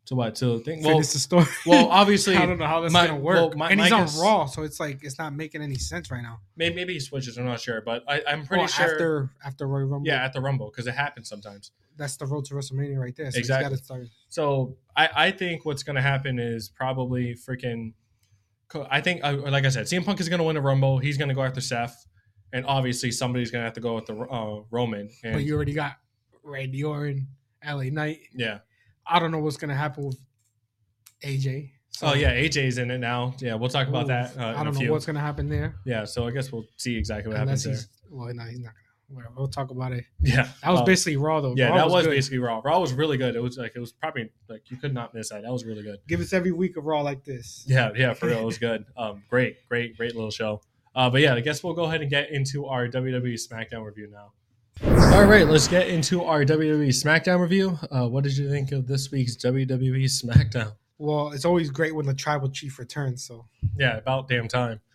S2: So what? So think. Well,
S3: finish the story?
S2: well, obviously,
S3: I don't know how that's
S2: my-
S3: gonna work.
S2: well, my-
S3: and he's
S2: my
S3: on
S2: guess-
S3: Raw, so it's like it's not making any sense right now.
S2: maybe, maybe he switches. I'm not sure, but I, I'm pretty
S3: Well,
S2: sure.
S3: after after Royal Rumble,
S2: yeah, at the Rumble because it happens sometimes.
S3: that's the road to WrestleMania right there. So
S2: Exactly.
S3: He's gotta start.
S2: So I, I think what's gonna happen is probably freaking. Co- I think, uh, like I said, CM Punk is gonna win a Rumble. He's gonna go after Seth, and obviously somebody's gonna have to go with the uh, Roman. And,
S3: But you already got Randy Orton, LA Knight.
S2: yeah.
S3: I don't know what's gonna happen with AJ. So
S2: Oh yeah, AJ's in it now. Yeah, we'll talk about
S3: Ooh,
S2: that. Uh,
S3: I
S2: in a
S3: don't know
S2: few.
S3: what's gonna happen there.
S2: Yeah, so I guess we'll see exactly what
S3: Unless
S2: happens
S3: he's well, no, he's not gonna. Whatever. We'll talk about it.
S2: there. Yeah,
S3: That was
S2: Um,
S3: basically Raw though.
S2: Yeah,
S3: Raw
S2: that was,
S3: good.
S2: basically Raw. Raw was really good. It was like it was probably like you could not miss that. That was really good.
S3: Give us every week of Raw like this.
S2: Yeah, yeah, for real, it was good. Um, great, great, great little show. Uh, but yeah, I guess we'll go ahead and get into our WWE SmackDown review now. All right, let's get into our WWE SmackDown review. Uh, what did you think of this week's WWE SmackDown?
S3: Well, it's always great when the tribal chief returns. So
S2: Yeah, about damn time.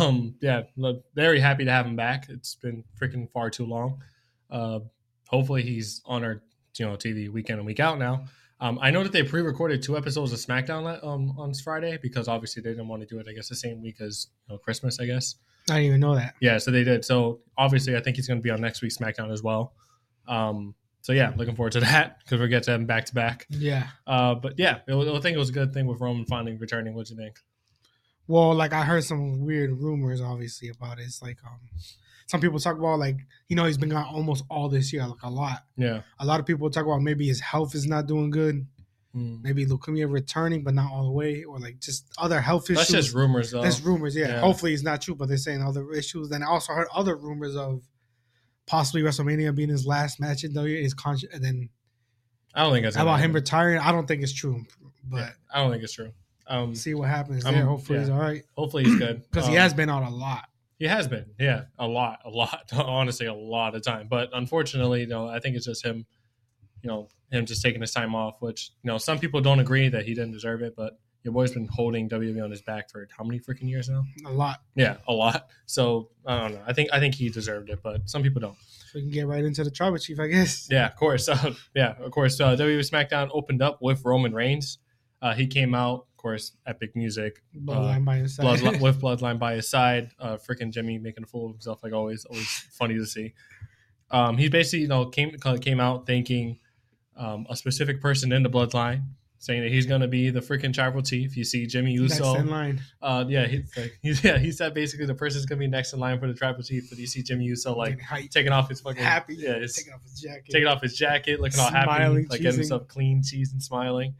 S2: Um, yeah, look, very happy to have him back. It's been freaking far too long. Uh, hopefully he's on our you know TV week in and week out now. Um, I know that they pre-recorded two episodes of SmackDown la- um, on Friday because obviously they didn't want to do it. I guess the same week as you know, Christmas. I guess.
S3: I didn't even know that.
S2: Yeah, so they did. So obviously, I think he's going to be on next week's SmackDown as well. Um, so yeah, looking forward to that because we'll get to him back to back.
S3: Yeah.
S2: Uh, but yeah, it was, I think it was a good thing with Roman finally returning. What do you think?
S3: Well, like I heard some weird rumors, obviously about it. It's like um, some people talk about like you know he's been gone almost all this year, like a lot.
S2: Yeah.
S3: A lot of people talk about maybe his health is not doing good,
S2: Mm.
S3: maybe leukemia returning but not all the way, or like just other health issues.
S2: That's just rumors, though.
S3: That's rumors, yeah.
S2: Yeah.
S3: Hopefully it's not true, but they're saying other issues. Then I also heard other rumors of possibly WrestleMania being his last match in WWE. His con- and then
S2: I don't think that's
S3: about him
S2: gonna
S3: retiring, I don't think it's true, but
S2: happen. I don't think it's true. Um,
S3: see what happens
S2: Um,
S3: there. Hopefully
S2: yeah.
S3: he's all right
S2: hopefully he's good
S3: because
S2: Um,
S3: he has been out a lot.
S2: He has been, yeah, a lot, a lot, honestly, a lot of time. But unfortunately, you know, I think it's just him, you know, him just taking his time off. Which you know, some people don't agree that he didn't deserve it, but your boy's been holding WWE on his back for how many freaking years now?
S3: A lot.
S2: Yeah, a lot. So I don't know. I think I think he deserved it, but some people don't.
S3: We can get right into the tribal chief, I guess.
S2: Yeah, of course. Uh, yeah, of course. Uh, WWE SmackDown opened up with Roman Reigns. Uh, he came out, of course, epic music,
S3: Bloodline by his side.
S2: Bloodline, with Bloodline by his side. Uh, freaking Jimmy making a fool of himself, like always. Always funny to see. Um, he basically, you know, came came out thanking um, a specific person in the Bloodline, saying that he's going to be the freaking tribal chief. You see Jimmy
S3: Next in
S2: Uso.
S3: line.
S2: Uh, yeah, he's like, he's, yeah, he said basically the person's going to be next in line for the tribal chief, but you see Jimmy Uso like
S3: Getting hyped,
S2: taking off his fucking
S3: happy.
S2: yeah, his,
S3: taking off his jacket.
S2: taking off his jacket, looking all happy,
S3: Smiling,
S2: like getting
S3: cheesing.
S2: himself clean, cheese and smiling.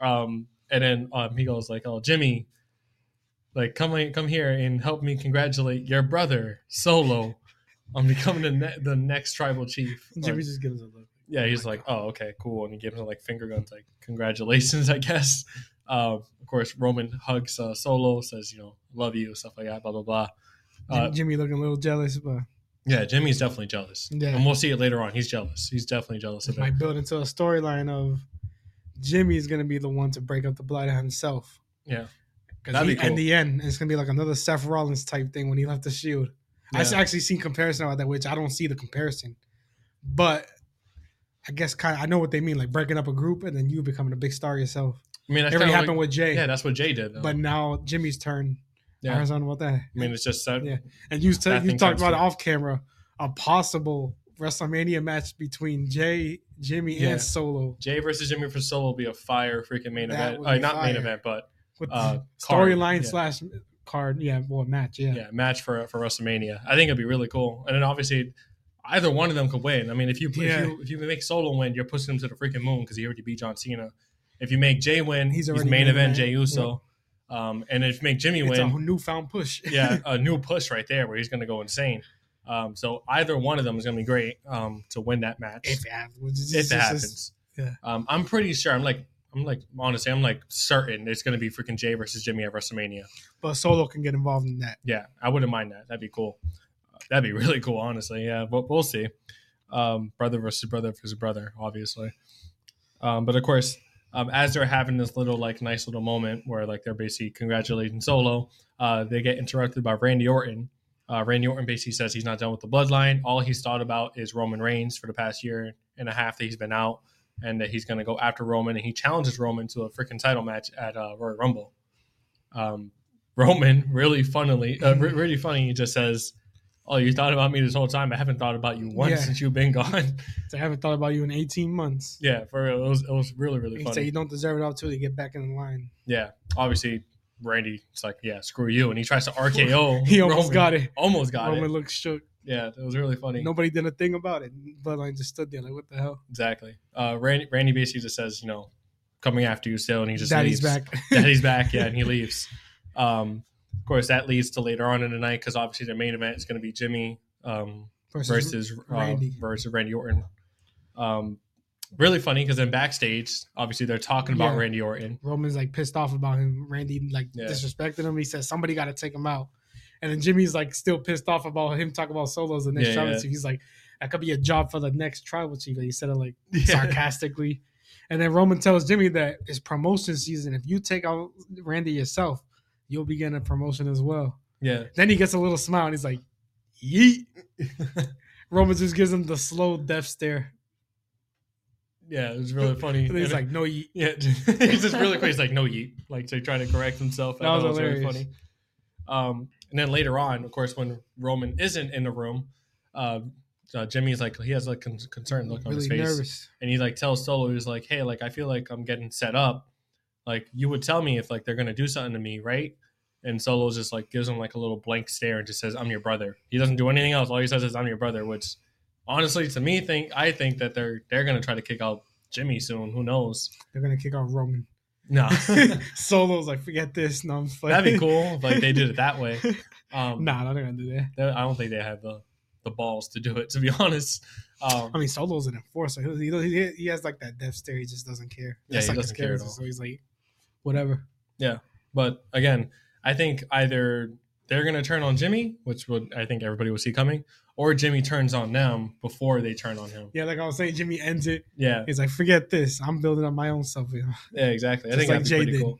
S2: Um, and then um, he goes like, "Oh, Jimmy, like come in- come here and help me congratulate your brother Solo on becoming the ne- the next tribal chief." Like,
S3: Jimmy just gives a look.
S2: yeah, he's like, "Oh, okay, cool," and he gives him like finger guns, like congratulations, I guess. Um, of course, Roman hugs uh, Solo, says, "You know, love you," stuff like that, blah blah blah. Uh,
S3: Jimmy looking a little jealous, but
S2: yeah, Jimmy's definitely jealous,
S3: Yeah.
S2: and we'll see it later on. He's jealous. He's definitely jealous
S3: this
S2: of it.
S3: might build into a storyline of Jimmy is going to be the one to break up the blood himself.
S2: Yeah.
S3: Because
S2: That'd
S3: he,
S2: be cool.
S3: in the end, it's going to be like another Seth Rollins type thing when he left the Shield. I s-
S2: Yeah.
S3: actually seen comparison about that, which I don't see the comparison, but I guess kind of, I know what they mean, like breaking up a group and then you becoming a big star yourself.
S2: I mean, that's
S3: it already
S2: kinda
S3: happened
S2: like-
S3: with Jay.
S2: yeah, that's what Jay did. Though.
S3: But now Jimmy's turn.
S2: Yeah.
S3: I was on about that.
S2: I mean, it's just so,
S3: Yeah. And you said
S2: That
S3: you
S2: thing
S3: talked
S2: comes
S3: about it
S2: through.
S3: off camera a possible WrestleMania match between Jay, Jimmy,
S2: Yeah.
S3: and Solo
S2: Jay versus Jimmy for Solo will be a fire freaking main
S3: That
S2: event.
S3: would
S2: Uh,
S3: be
S2: not main
S3: fire.
S2: event, but
S3: with
S2: uh,
S3: the
S2: card.
S3: storyline
S2: Yeah.
S3: slash card. Yeah, well, match. Yeah.
S2: yeah. match for for WrestleMania. I think it'd be really cool. And then obviously, either one of them could win. I mean, if you
S3: Yeah.
S2: if you if you make Solo win, you're pushing him to the freaking moon because he already beat John Cena. If you make Jay win,
S3: He's
S2: he's,
S3: already
S2: main
S3: main
S2: event
S3: event.
S2: Jay Uso. Um, and if you make Jimmy
S3: it's
S2: win,
S3: a newfound push.
S2: yeah, a new push right there where he's going to go insane. Um, so either one of them is going to be great um, to win that match
S3: if it happens,
S2: if
S3: It's just-
S2: it
S3: it's-
S2: happens.
S3: yeah.
S2: Um, I'm pretty sure. I'm like, I'm like, honestly, I'm like certain it's going to be freaking Jay versus Jimmy at WrestleMania.
S3: but Solo can get involved in that.
S2: Yeah, I wouldn't mind that. That'd be cool. That'd be really cool, honestly. Yeah, but we'll see. Um, brother versus brother versus brother, obviously. Um, but of course, um, as they're having this little like nice little moment where like they're basically congratulating Solo, uh, they get interrupted by Randy Orton. Uh, Randy Orton basically says he's not done with the bloodline. All he's thought about is Roman Reigns for the past year and a half that he's been out, and that he's going to go after Roman. And he challenges Roman to a freaking title match at uh, Royal Rumble. Um, Roman really funnily, uh, re- really funny. He just says, "Oh, you thought about me this whole time. I haven't thought about you once
S3: Yeah.
S2: since you've been gone."
S3: So I haven't thought about you in 18 months.
S2: yeah, for real, it was it was really really
S3: You
S2: funny.
S3: say you don't deserve it all too. They get back in the line.
S2: yeah, obviously Randy, it's like, yeah, screw you, and he tries to RKO.
S3: He almost
S2: Roman.
S3: got it.
S2: Almost got
S3: Roman
S2: it.
S3: looked shook.
S2: Yeah, it was really funny.
S3: Nobody did a thing about it. Bloodline just stood there like, what the hell?
S2: Exactly. Uh, Randy, Randy basically just says, you know, coming after you still, and he just
S3: Daddy's
S2: leaves.
S3: back.
S2: Daddy's back. Yeah, and he leaves. Um, of course, that leads to later on in the night because obviously the main event is going to be Jimmy um, versus uh,
S3: Randy.
S2: versus Randy Orton. Um, really funny because then backstage, obviously they're talking about
S3: Yeah.
S2: Randy Orton.
S3: Roman's like pissed off about him. Randy like
S2: Yeah.
S3: disrespected him. He says somebody got to take him out. And then Jimmy's like still pissed off about him talking about solos the next
S2: Yeah,
S3: tribal
S2: yeah.
S3: chief. He's like, that could be a job for the next tribal chief. And he said it like sarcastically. And then Roman tells Jimmy that it's promotion season. If you take out Randy yourself, you'll be getting a promotion as well.
S2: yeah,
S3: Then he gets a little smile and he's like, yeet. Roman just gives him the slow death stare.
S2: yeah, it was really funny.
S3: And then he's
S2: And-
S3: like, no yeet.
S2: yeah, he's just really quick. He's like, no yeet, like so trying to correct himself. I
S3: That was
S2: thought it
S3: hilarious.
S2: really funny. Um, and then later on, of course, when Roman isn't in the room, uh, uh, Jimmy's like he has like con- concerned look on his
S3: Really
S2: face.
S3: nervous.
S2: and he like tells Solo, he's like, "Hey, like I feel like I'm getting set up. Like you would tell me if like they're gonna do something to me, right?" And Solo just like gives him like a little blank stare and just says, "I'm your brother." He doesn't do anything else. All he says is, "I'm your brother," which honestly, to me, think I think that they're they're gonna try to kick out Jimmy soon. Who knows?
S3: They're going to kick out Roman.
S2: No,
S3: Solo's like, forget this. No, I'm just like,
S2: that'd be cool. If, like they did it that way. Um,
S3: Nah, they're not gonna do that.
S2: that- I don't think they have the the balls to do it. To be honest, um,
S3: I mean, Solo's an enforcer. He, he, he has like that death stare. He just doesn't care.
S2: Yeah, he
S3: like
S2: doesn't care at
S3: character,
S2: all.
S3: So he's like, whatever.
S2: But again, I think either they're going to turn on Jimmy, which would I think everybody will see coming, or Jimmy turns on them before they turn on him.
S3: Yeah, like I was saying, Jimmy ends it.
S2: Yeah,
S3: He's like, forget this. I'm building up my own stuff. you know.
S2: yeah, exactly. I
S3: Just
S2: think that'd
S3: like
S2: be
S3: Jay
S2: pretty
S3: did.
S2: cool.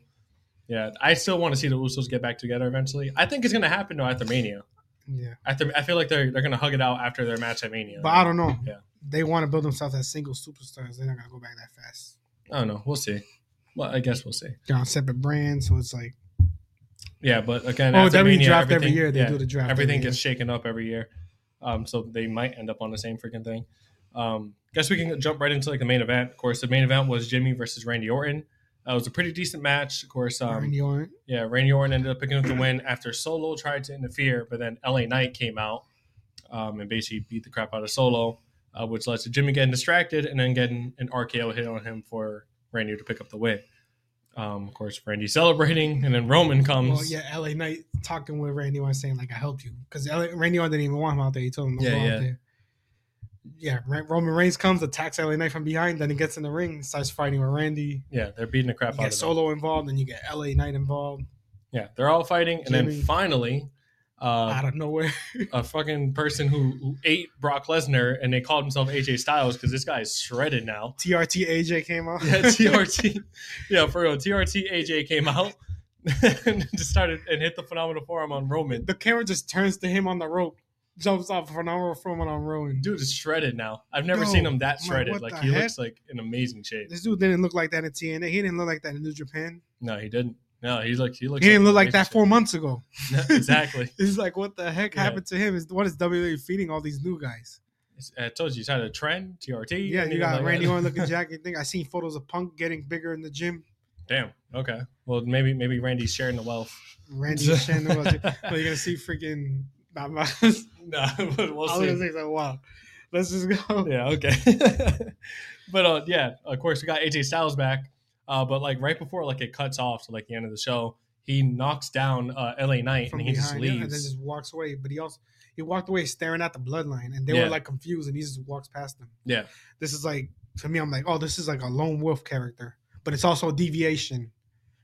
S2: Yeah, I still want to see the Usos get back together eventually. I think it's going to happen though after Mania.
S3: Yeah,
S2: After I feel like they're they're going to hug it out after their match at Mania.
S3: but I don't know.
S2: Yeah.
S3: They want to build themselves as single superstars. They're not gonna go back that fast.
S2: I don't know. We'll see. Well, I guess we'll see.
S3: They're on separate brands, so it's like,
S2: Yeah, but again,
S3: oh,
S2: after
S3: WWE
S2: Mania,
S3: draft every
S2: everything-
S3: year. They
S2: yeah.
S3: do the draft. every
S2: everything
S3: year.
S2: gets shaken up every year. Um, so they might end up on the same freaking thing. Um, guess we can jump right into like the main event. Of course, the main event was Jimmy versus Randy Orton. Uh, it was a pretty decent match. Of course, um,
S3: Randy Orton.
S2: yeah, Randy Orton ended up picking up the win after Solo tried to interfere, but then LA Knight came out um, and basically beat the crap out of Solo, uh, which led to Jimmy getting distracted and then getting an RKO hit on him for Randy to pick up the win. Um, of course, Randy celebrating, and then Roman comes.
S3: Well, Oh, yeah, LA Knight talking with Randy Orton saying like I helped you because Randy Orton didn't even want him out there. He told him no
S2: Yeah,
S3: go
S2: yeah.
S3: out there. Yeah, Ra- Roman Reigns comes, attacks LA Knight from behind, then he gets in the ring, starts fighting with Randy.
S2: Yeah, they're beating the crap
S3: You
S2: out of
S3: get
S2: him.
S3: Solo involved, and you get LA Knight involved
S2: Yeah, they're all fighting, and then
S3: Jimmy. Ah.
S2: finally, uh,
S3: out of nowhere.
S2: a fucking person who, who ate Brock Lesnar and they called himself AJ Styles because this guy is shredded now.
S3: TRT AJ came out.
S2: Yeah, TRT. yeah, for real, TRT AJ came out and just started and hit the phenomenal forearm on Roman.
S3: the camera just turns to him on the rope, jumps off phenomenal from on Rowan.
S2: Dude is shredded now. I've never
S3: Yo,
S2: seen him that
S3: I'm like,
S2: shredded.
S3: what
S2: like
S3: the
S2: he
S3: heck?
S2: looks like in amazing shape.
S3: This dude didn't look like that in TNA. He didn't look like that in New Japan.
S2: No, he didn't. No, he's like he looks.
S3: He didn't look like
S2: amazing
S3: that four months ago.
S2: shape. exactly.
S3: It's like, what the heck
S2: Yeah.
S3: happened to him? Is what is WWE feeding all these new guys?
S2: It's- I told you, he's had a trend, TRT.
S3: Yeah, you
S2: anything
S3: got
S2: like
S3: Randy
S2: that.
S3: Orton looking jacket thing. I seen photos of Punk getting bigger in the gym.
S2: Damn. Okay. Well, maybe maybe Randy's sharing the wealth.
S3: Randy Shannon was it. But you're gonna see freaking. Not my,
S2: no, but we'll
S3: I
S2: see.
S3: was gonna say like, oh. wow, let's just go.
S2: yeah, okay. but uh, yeah, of course, we got AJ Styles back. Uh, but like right before like it cuts off to like the end of the show, he knocks down uh, LA Knight
S3: from
S2: and he
S3: behind
S2: just
S3: him,
S2: leaves.
S3: and then just walks away. But he also he walked away staring at the bloodline, and they
S2: Yeah.
S3: were like confused, and he just walks past them.
S2: Yeah.
S3: this is like to me, I'm like, oh, this is like a lone wolf character, but it's also a deviation.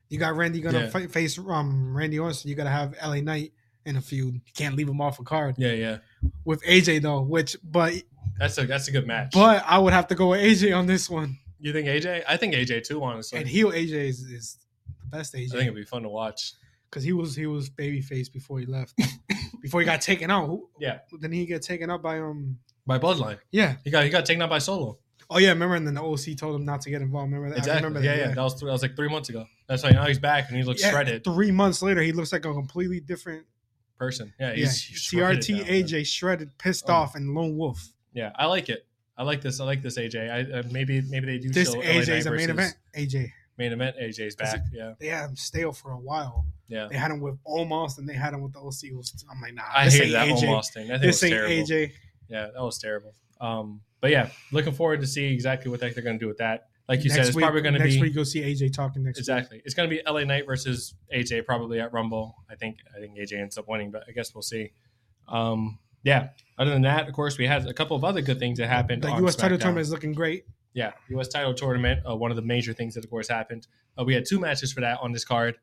S3: You got Randy gonna
S2: Yeah.
S3: fa- face um Randy Orton, so you gotta have LA Knight in a feud. You can't leave him off a card
S2: yeah, yeah.
S3: with AJ though, which but
S2: That's a that's a good match.
S3: but I would have to go with AJ on this one,
S2: you think AJ? I think AJ too. Honestly,
S3: and heel AJ is, is the best
S2: I think
S3: AJ
S2: it'd be fun to watch.
S3: because he was he was babyface before he left, before he got taken out. Who,
S2: Yeah.
S3: then he get taken out by um
S2: By Bloodline,
S3: yeah
S2: he got he got taken out by Solo.
S3: Oh yeah, remember? And then the OC told him not to get involved. Remember that? I
S2: Exactly.
S3: remember
S2: yeah, yeah, That was th- that was like three months ago. That's why now he's back and he looks
S3: Yeah,
S2: shredded
S3: Three months later, he looks like a completely different.
S2: person. Yeah,
S3: Yeah,
S2: he's shredded now,
S3: TRT
S2: man.
S3: AJ shredded, pissed
S2: Oh.
S3: off, and lone wolf.
S2: Yeah, I like it. I like this. I like this AJ. I, uh, maybe maybe they do
S3: This
S2: show LA
S3: AJ is
S2: Knight
S3: a main
S2: versus-
S3: event. AJ,
S2: Main event. AJ's
S3: Is
S2: back. Yeah,
S3: they had him stale for a while.
S2: yeah.
S3: They had him with almost, and they had him with the OC. It was- I'm like, nah,
S2: I
S3: this
S2: hated
S3: ain't
S2: that
S3: AJ.
S2: almost thing. That thing was
S3: This ain't
S2: terrible.
S3: AJ.
S2: Yeah, that was terrible. Um, but yeah, looking forward to see exactly what the heck they're going to do with that. Like you said, it's
S3: week,
S2: probably going to
S3: next
S2: be
S3: week. You'll see AJ talking next. Week.
S2: exactly. It's going to be LA Knight versus AJ probably at Rumble. I think I think AJ ends up winning, but I guess we'll see. Um, yeah. Other than that, of course, we had a couple of other good things that happened.
S3: The
S2: on
S3: U.S. title
S2: SmackDown.
S3: tournament is looking great.
S2: yeah, U.S. title tournament. Uh, one of the major things that, of course, happened. Uh, we had two matches for that on this card.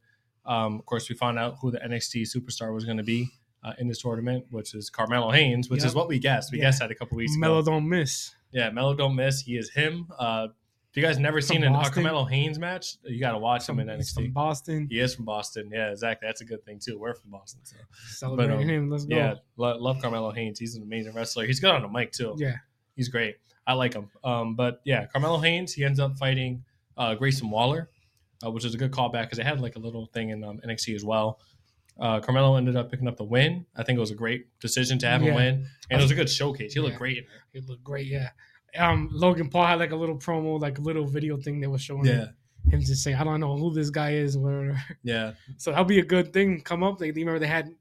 S2: Um, of course, we found out who the NXT superstar was going to be uh, in this tournament, which is Carmelo Haynes, which is
S3: Yep.
S2: what we guessed. We
S3: Yeah.
S2: guessed that a couple weeks
S3: Melo
S2: ago.
S3: don't miss.
S2: Yeah, Melo don't miss. He is him. Uh, if you guys never seen an, a
S3: Boston.
S2: Carmelo Haynes match, you got to watch him in
S3: he's from
S2: NXT.
S3: Boston.
S2: He is from Boston. Yeah, exactly. That's a good thing too. We're from Boston, so
S3: Celebrating
S2: um,
S3: him. Let's go.
S2: yeah. Lo- love Carmelo Haynes. He's an amazing wrestler. He's good on the mic too
S3: yeah.
S2: he's great. I like him. Um, but yeah, Carmelo Haynes, he ends up fighting uh, Grayson Waller, uh, which is a good callback because they had like a little thing in um, NXT as well. Uh, Carmelo ended up picking up the win. I think it was a great decision to have
S3: Yeah.
S2: him win, and it was a good showcase. He looked
S3: Yeah.
S2: great. in it.
S3: It looked great, yeah. Um, Logan Paul had like a little promo, like a little video thing they were showing
S2: Yeah,
S3: him just saying, "I don't know who this guy is," whatever.
S2: yeah,
S3: So that'll be a good thing come up. They remember they had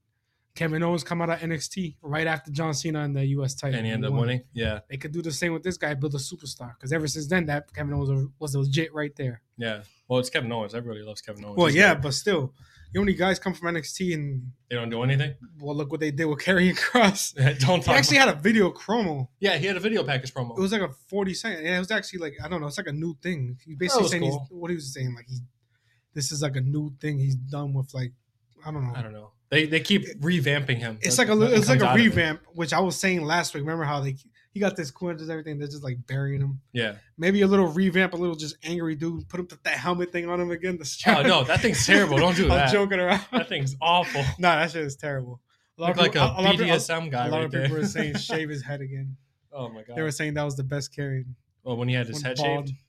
S3: Kevin Owens come out of NXT right after John Cena and the U.S. title,
S2: and he ended up
S3: won.
S2: winning. Yeah,
S3: They could do the same with this guy, build a superstar. Because ever since then, that Kevin Owens was legit right there.
S2: yeah. Well, it's Kevin Owens. Everybody loves Kevin Owens.
S3: Well,
S2: He's
S3: yeah,
S2: great.
S3: but still, the only guys come from NXT, and
S2: they don't do anything.
S3: well, look what they did with Karrion Cross.
S2: don't
S3: He
S2: talk.
S3: actually
S2: about-
S3: had a video promo.
S2: yeah, he had a video package promo.
S3: It was like a forty second. Yeah, it was actually like I don't know. It's like a new thing. He's
S2: That
S3: basically
S2: was
S3: saying
S2: cool.
S3: he's, what he was saying. Like he, this is like a new thing he's done with. Like I don't know.
S2: I don't know. They they keep revamping him.
S3: it's
S2: That-
S3: like a li-
S2: nothing
S3: it's like
S2: comes
S3: a
S2: out of it.
S3: revamp, which I was saying last week. Remember how they he got this cool and just everything. They're just like burying him.
S2: Yeah.
S3: Maybe a little revamp, a little just angry dude. Put him put that helmet thing on him again. The strap.
S2: Oh no, that thing's terrible. Don't do
S3: I'm
S2: that.
S3: joking around.
S2: That thing's awful.
S3: nah, that shit is terrible. A lot
S2: Look
S3: of
S2: like
S3: people-
S2: a
S3: a lot of people-
S2: BDSM
S3: a
S2: guy
S3: lot
S2: right
S3: of people
S2: there.
S3: were saying shave his head again.
S2: oh my god.
S3: They were saying that was the best carrying.
S2: well, oh, when he had his
S3: When
S2: head
S3: bald,
S2: shaved.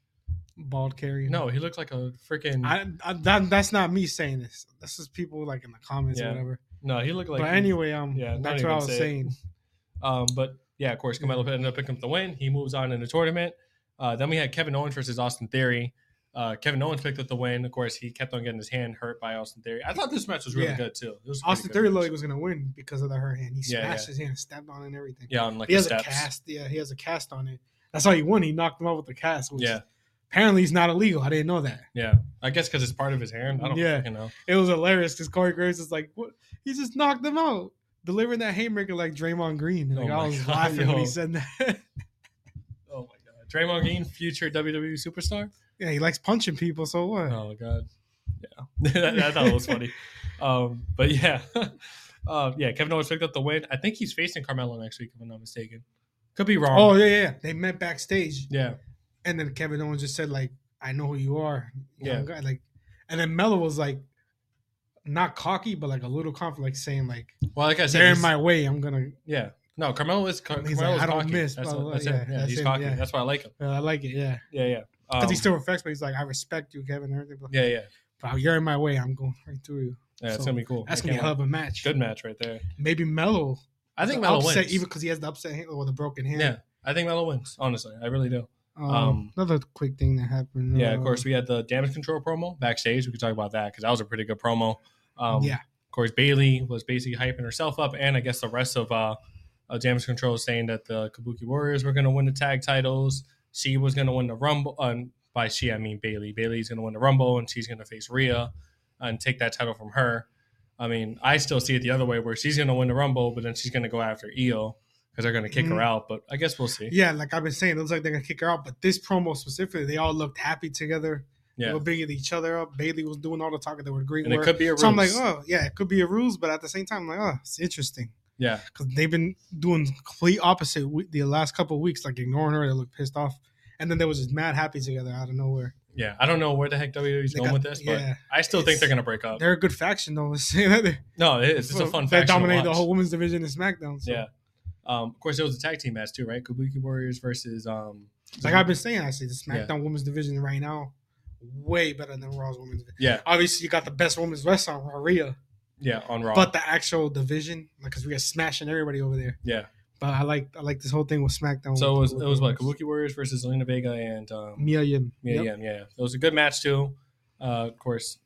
S3: Bald carrying.
S2: No, he looked like a freaking.
S3: I, I that, that's not me saying this. This is people like in the comments
S2: Yeah,
S3: or whatever.
S2: No, he looked like.
S3: but anyway, um,
S2: yeah, don't
S3: back to
S2: even
S3: what I was
S2: say it.
S3: saying.
S2: Um, but yeah, of course, Camelo ended up picking up the win. He moves on in the tournament. Uh, then we had Kevin Owens versus Austin Theory. Uh, Kevin Owens picked up the win. Of course, he kept on getting his hand hurt by Austin Theory. I thought this match was really
S3: Yeah.
S2: good too. It was a pretty
S3: Austin
S2: good
S3: Theory
S2: match.
S3: looked like he was gonna win because of the hurt hand. He
S2: Yeah,
S3: smashed
S2: yeah.
S3: his hand, stabbed on, it and everything.
S2: Yeah, on like
S3: he
S2: the
S3: has
S2: steps.
S3: a cast. Yeah, he has a cast on it. That's how he won. He knocked him out with the cast. Which
S2: Yeah.
S3: apparently it's not illegal. I didn't know that.
S2: Yeah, I guess because it's part of his hand. I don't
S3: Yeah.
S2: you know.
S3: It was hilarious because Corey Graves is like, "What? He just knocked him out." Delivering that haymaker like Draymond Green. Like,
S2: Oh my
S3: I was
S2: God,
S3: laughing when
S2: yo.
S3: he said that.
S2: Oh my god, Draymond Green, future WWE superstar.
S3: yeah, he likes punching people. So what?
S2: Oh my god. Yeah. That- I thought it was funny. Um, but yeah. Um, yeah, Kevin Owens picked up the win. I think he's facing Carmelo next week, if I'm not mistaken. Could be wrong.
S3: oh yeah, yeah. yeah. They met backstage.
S2: yeah.
S3: And then Kevin Owens just said like, "I know who you are."
S2: Yeah.
S3: young guy," Like, and then Mello was like, not cocky, but like a little confident, like saying like,
S2: Well, like I said,
S3: "They're in
S2: he's-
S3: my way. I'm gonna.
S2: yeah. No, Carmelo is Car-
S3: He's like,
S2: Carmelo's
S3: I don't
S2: cocky.
S3: miss,
S2: That's,
S3: blah, blah,
S2: that's
S3: blah.
S2: it.
S3: Yeah,
S2: Yeah,
S3: that's
S2: he's
S3: it,
S2: cocky.
S3: yeah.
S2: That's why I like him.
S3: uh, I like it. Yeah."
S2: Yeah, yeah.
S3: Because
S2: Um,
S3: he still respects me. He's like, "I respect you, Kevin." And everything. But,
S2: yeah, yeah.
S3: but you're in my way. I'm going right through you.
S2: Yeah, it's
S3: So,
S2: gonna be cool.
S3: That's
S2: I
S3: gonna be a
S2: can't
S3: hell of
S2: wait.
S3: a match.
S2: Good match right there.
S3: Maybe Mello.
S2: I think
S3: the
S2: Melo
S3: upset,
S2: wins.
S3: even because he has the upset hand or the broken hand.
S2: Yeah. I think Mello wins. Honestly, I really do.
S3: Um,
S2: Um,
S3: another quick thing that happened.
S2: Yeah, of
S3: uh,
S2: course. We had the damage control promo backstage. We could talk about that because that was a pretty good promo. Um,
S3: yeah,
S2: Of course, Bailey was basically hyping herself up, and I guess the rest of uh, uh, damage control was saying that the Kabuki Warriors were going to win the tag titles. She was going to win the Rumble. Uh, by she, I mean Bailey. Bailey's going to win the Rumble, and she's going to face Rhea and take that title from her. I mean, I still see it the other way where she's going to win the Rumble, but then she's going to go after Io because they're going to kick
S3: Mhm.
S2: her out. But I guess we'll see.
S3: yeah. Like I've been saying, it looks like they're gonna kick her out. But this promo specifically, they all looked happy together. They
S2: Yeah.
S3: were bringing each other up. Bailey was doing all the talking. They were great.
S2: And it
S3: work.
S2: could be a
S3: so I'm like,
S2: ruse.
S3: oh yeah, it could be a ruse, but at the same time, I'm like, oh, it's interesting
S2: Yeah.
S3: because they've been doing complete opposite we- the last couple of weeks, like ignoring her. They look pissed off, and then they was just mad happy together out of nowhere.
S2: Yeah, I don't know where the heck WWE's
S3: They
S2: going
S3: got-
S2: with this, but
S3: yeah.
S2: I still think
S3: It's-
S2: they're gonna break up.
S3: They're a good faction though. Let's say that.
S2: No, it is. It's a fun
S3: They
S2: fact.
S3: dominated the whole women's division in SmackDown. So.
S2: Yeah. Um, of course, it was a tag team match too, right? Kabuki Warriors versus um,
S3: Like I've been saying, actually, the
S2: Yeah.
S3: SmackDown women's division right now way better than Raw's women's. division.
S2: yeah,
S3: Obviously, you got the best women's wrestler, Raw Rhea,
S2: yeah, on Raw.
S3: but the actual division, like, because we are smashing everybody over there.
S2: yeah,
S3: But I like, I like this whole thing with SmackDown.
S2: so it was
S3: with the
S2: it was what
S3: Warriors.
S2: Kabuki Warriors versus Zelina Vega and um,
S3: Mia Yim.
S2: Mia
S3: Yep.
S2: Yim. Yeah, it was a good match too. Uh, of course,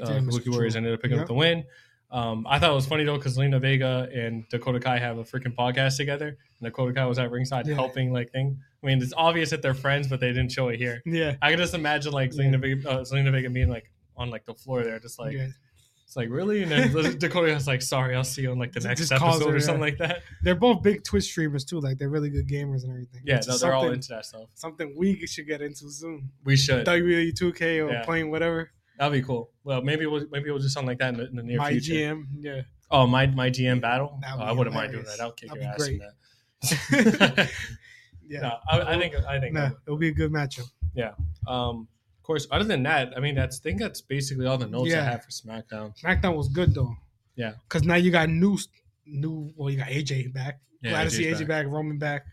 S2: uh,
S3: Damage
S2: Kabuki
S3: control.
S2: Warriors ended up picking
S3: Yep.
S2: up the win. Um, I thought it was funny though because Zelina Vega and Dakota Kai have a freaking podcast together, and Dakota Kai was at ringside
S3: Yeah.
S2: helping like thing. I mean, it's obvious that they're friends, but they didn't show it here.
S3: Yeah.
S2: I can just imagine like
S3: Yeah.
S2: Selena, Vega, uh, Selena Vega being like on like the floor there, just like
S3: yeah.
S2: it's like really, and then Dakota was like, "Sorry, I'll see you on like the
S3: Just-
S2: next
S3: just calls
S2: episode
S3: her,
S2: or something
S3: yeah.
S2: like that."
S3: They're both big Twitch streamers too. Like they're really good gamers and everything.
S2: Yeah,
S3: Which
S2: no,
S3: is
S2: they're all
S3: something-
S2: into that stuff.
S3: Something we should get into soon.
S2: We should.
S3: WWE 2K or
S2: Yeah.
S3: playing whatever.
S2: That'd be cool. Well, maybe we'll maybe we'll do something like that in the, in the near
S3: My
S2: future.
S3: GM. Yeah.
S2: Oh, my my GM battle.
S3: That
S2: Oh,
S3: would
S2: I
S3: be
S2: wouldn't mind doing
S3: hilarious.
S2: that. I'll kick
S3: That'd
S2: your
S3: be
S2: ass
S3: great.
S2: in that.
S3: Yeah.
S2: No, I, I think I think.
S3: Nah, it'll be a good matchup.
S2: Um, of course. Other than that, I mean, that's I think that's basically all the notes I
S3: Yeah.
S2: have for SmackDown.
S3: SmackDown was good though.
S2: Yeah.
S3: Because now you got new, new. Well, you got AJ back.
S2: Yeah,
S3: Glad to see
S2: AJ's
S3: AJ back. Roman back.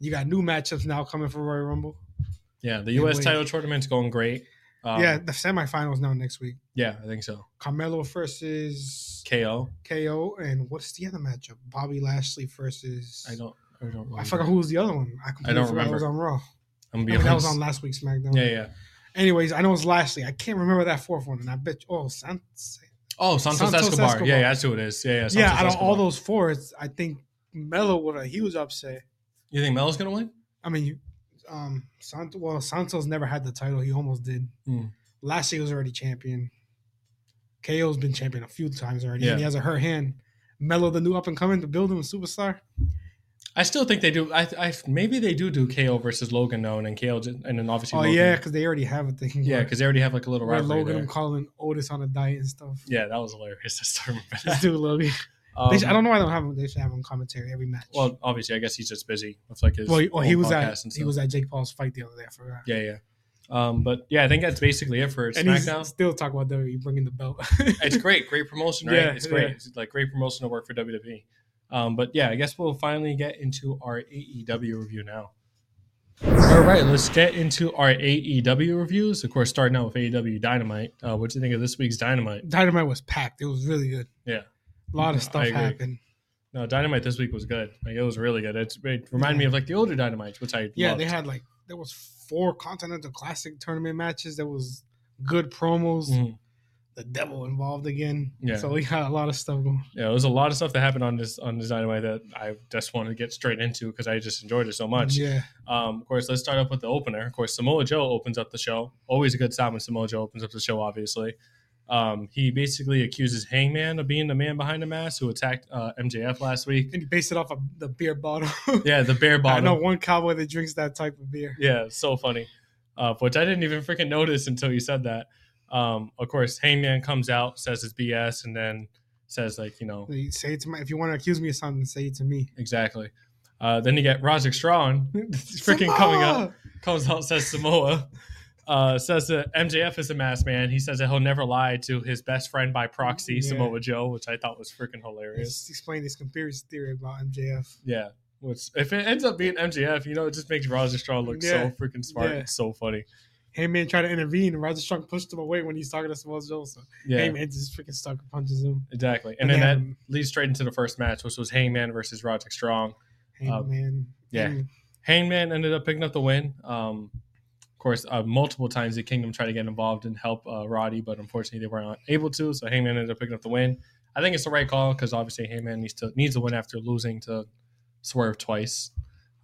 S3: You got new matchups now coming for Royal Rumble.
S2: Yeah, the
S3: Can't
S2: U.S.
S3: wait.
S2: title tournament's going great. Um,
S3: yeah, the semifinals now next week.
S2: yeah, I think so.
S3: Carmelo versus
S2: KO.
S3: KO, and what's the other matchup? Bobby Lashley versus.
S2: I don't. I don't. Remember.
S3: I forgot who was the other one. I completely
S2: don't
S3: forgot. It was on Raw.
S2: I'm gonna
S3: I
S2: be
S3: mean, that was
S2: honest.
S3: on last week's SmackDown.
S2: yeah, yeah.
S3: Anyways, I know it's Lashley. I can't remember that fourth one, and I bet. You, oh, San-
S2: Oh, Santos,
S3: Santos
S2: Escobar.
S3: Escobar.
S2: Yeah, yeah, that's who it is. Yeah, yeah. Santos
S3: yeah. Out of
S2: Escobar.
S3: all those four, it's, I think Melo with a huge upset.
S2: you think Melo's gonna win?
S3: I mean, you, um, Sant- well, Santos never had the title. He almost did.
S2: Hmm.
S3: Lashley was already champion. KO's been champion a few times already, and he
S2: Yeah.
S3: has a hurt hand. Melo, the new up and coming, the building superstar.
S2: I still think they do. I, I maybe they do do KO versus Logan though, and then KO just, and then obviously.
S3: Oh
S2: Logan.
S3: yeah, because they already have a thing.
S2: yeah, because they already have like a little
S3: where
S2: rivalry
S3: Logan
S2: there.
S3: calling Otis on a diet and stuff.
S2: Yeah, that was hilarious. I still remember
S3: This
S2: that.
S3: dude Logan.
S2: Um,
S3: They should- I don't know why they don't have him. They should have him commentary every match.
S2: Well, obviously, I guess he's just busy with like his.
S3: well, he- well, he
S2: own
S3: was at
S2: podcast and
S3: he
S2: stuff.
S3: was at Jake Paul's fight the other day. I forgot.
S2: Yeah, yeah. Um, but yeah, I think that's basically it for
S3: and
S2: SmackDown.
S3: he's still talking about WWE bringing the belt.
S2: it's great, great promotion, right?
S3: Yeah,
S2: it's great,
S3: yeah.
S2: it's like great promotion to work for WWE. Um, but yeah, I guess we'll finally get into our AEW review now. All right, let's get into our AEW reviews. Of course, starting out with AEW Dynamite. Uh, what do you think of this week's Dynamite?
S3: Dynamite was packed. It was really good.
S2: Yeah.
S3: a lot
S2: No,
S3: of stuff
S2: I agree.
S3: happened.
S2: No, Dynamite this week was good. Like it was really good. It's, it reminded me
S3: Yeah.
S2: of like the older Dynamites, which I
S3: Yeah,
S2: loved.
S3: they had like there was four Continental Classic tournament matches. There was good promos.
S2: Mhm.
S3: The devil involved again.
S2: Yeah.
S3: so we got a lot of stuff going.
S2: Yeah, there was a lot of stuff that happened on this on this Dynamite that I just wanted to get straight into because I just enjoyed it so much.
S3: Yeah,
S2: Um, of course, let's start off with the opener. Of course, Samoa Joe opens up the show. Always a good sign when Samoa Joe opens up the show. Obviously, um, he basically accuses Hangman of being the man behind the mask who attacked uh, MJF last week.
S3: and he based it off of the beer bottle.
S2: Yeah, the bear
S3: I
S2: bottom.
S3: know one cowboy that drinks that type of beer.
S2: Yeah, so funny. Uh, which I didn't even freaking notice until you said that. Um, of course, Hangman comes out, says it's BS, and then says like, you know,
S3: You say it to my if you want to accuse me of something, say it to me.
S2: exactly. Uh, then you get Roderick Strong freaking coming up. comes out says Samoa. Uh, says that MJF is a masked man. He says that he'll never lie to his best friend by proxy,
S3: Yeah.
S2: Samoa Joe, which I thought was freaking
S3: Let's
S2: hilarious.
S3: explain this conspiracy theory about MJF.
S2: Yeah. Which, if it ends up being MJF, you know, it just makes Roger Straw look
S3: Yeah.
S2: so freaking smart.
S3: Yeah.
S2: It's so funny.
S3: Heyman tried to intervene, and Roger Strong pushed him away when he's talking to Samoa Joe. So
S2: Yeah.
S3: Heyman just freaking sucker punches him.
S2: Exactly. And,
S3: And
S2: then
S3: then-
S2: that leads straight into the first match, which was Hangman versus Roderick Strong.
S3: Heyman,
S2: Um, yeah.
S3: Heyman,
S2: Hangman ended up picking up the win. Um, of course, uh, multiple times the Kingdom tried to get involved and help uh, Roddy, but unfortunately they weren't able to. So Hangman ended up picking up the win. I think it's the right call because obviously Hangman needs to needs to win after losing to Swerve twice.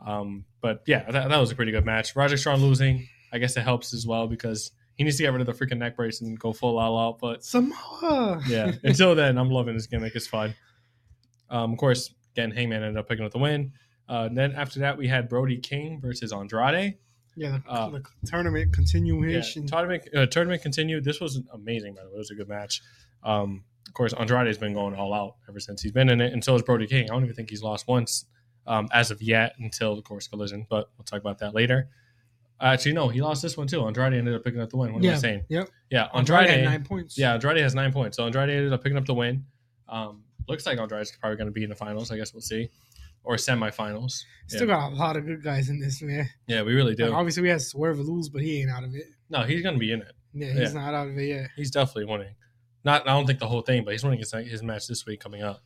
S2: Um, but yeah, that, that was a pretty good match. Roger Strong losing, I guess it helps as well because he needs to get rid of the freaking neck brace and go full all out. But
S3: Samoa.
S2: yeah, until then, I'm loving this gimmick. It's fun. Um, of course, again, Hangman ended up picking up the win. Uh, then after that, we had Brody King versus Andrade.
S3: Yeah, the,
S2: Uh,
S3: the tournament continuation.
S2: Yeah, tournament, uh, tournament continued. This was amazing, by the way. It was a good match. Um, of course, Andrade's been going all out ever since he's been in it, and so is Brody King. I don't even think he's lost once um, as of yet until, of course, Collision, but we'll talk about that later. Actually, no, he lost this one too. Andrade ended up picking up the win. What am
S3: Yeah,
S2: I saying?
S3: yep.
S2: Yeah,
S3: Andrade
S2: Andrade.
S3: had nine points.
S2: Yeah, Andrade has nine points. So Andrade ended up picking up the win. Um, looks like Andrade's probably going to be in the finals. I guess we'll see. Or semifinals.
S3: Still
S2: yeah.
S3: got a lot of good guys in this, man.
S2: yeah, we really do.
S3: Like, obviously, we had Swerve lose, but he ain't out of it.
S2: no, he's going to be in it.
S3: Yeah, he's
S2: Yeah.
S3: not out of it yet.
S2: he's definitely winning. Not, I don't think the whole thing, but he's winning his, his match this week coming up.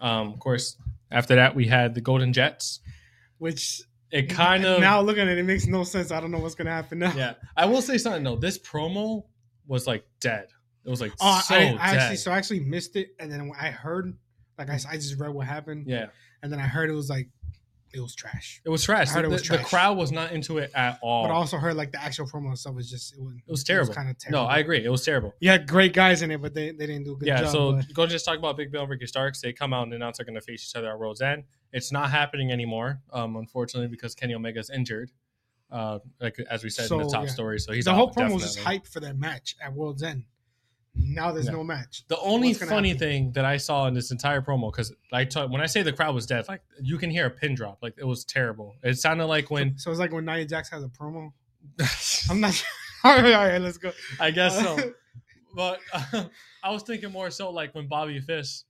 S2: Um, of course, after that we had the Golden Jets.
S3: Which
S2: It kind of
S3: now looking at it, it makes no sense. I don't know what's gonna happen now.
S2: yeah. I will say something though. This promo was like dead. It was like
S3: Oh,
S2: so
S3: I,
S2: dead.
S3: I actually so I actually missed it, and then when I heard, like I, s- I just read what happened,
S2: yeah,
S3: and then I heard it was like it was trash.
S2: it was trash.
S3: I heard
S2: the,
S3: it was
S2: the
S3: trash.
S2: crowd was not into it at all.
S3: But I also heard like the actual promo itself was just it was,
S2: it was Oh. terrible.
S3: kind of
S2: no,
S3: terrible.
S2: I agree. It was terrible.
S3: you had great guys in it, but they, they didn't do a good
S2: yeah,
S3: job.
S2: so
S3: but-
S2: go just talk about Big Bill and Ricky Starks. They come out and announce they're going to face each other at World's End. It's not happening anymore, um, unfortunately, because Kenny Omega's injured. Uh, like as we said in the
S3: So,
S2: top
S3: yeah.
S2: story, so he's
S3: the
S2: out
S3: whole promo was just
S2: definitely.
S3: hype for that match at World's End. Now there's
S2: Yeah.
S3: no match.
S2: The only
S3: What's gonna
S2: funny
S3: happen?
S2: thing that I saw in this entire promo, because I t- when I say the crowd was dead, like you can hear a pin drop. Like it was terrible. It sounded like when
S3: So it's like when Nia Jax has a promo. I'm not. all right, all right, let's go.
S2: I guess
S3: Uh,
S2: so. But I was thinking more so like when Bobby Fish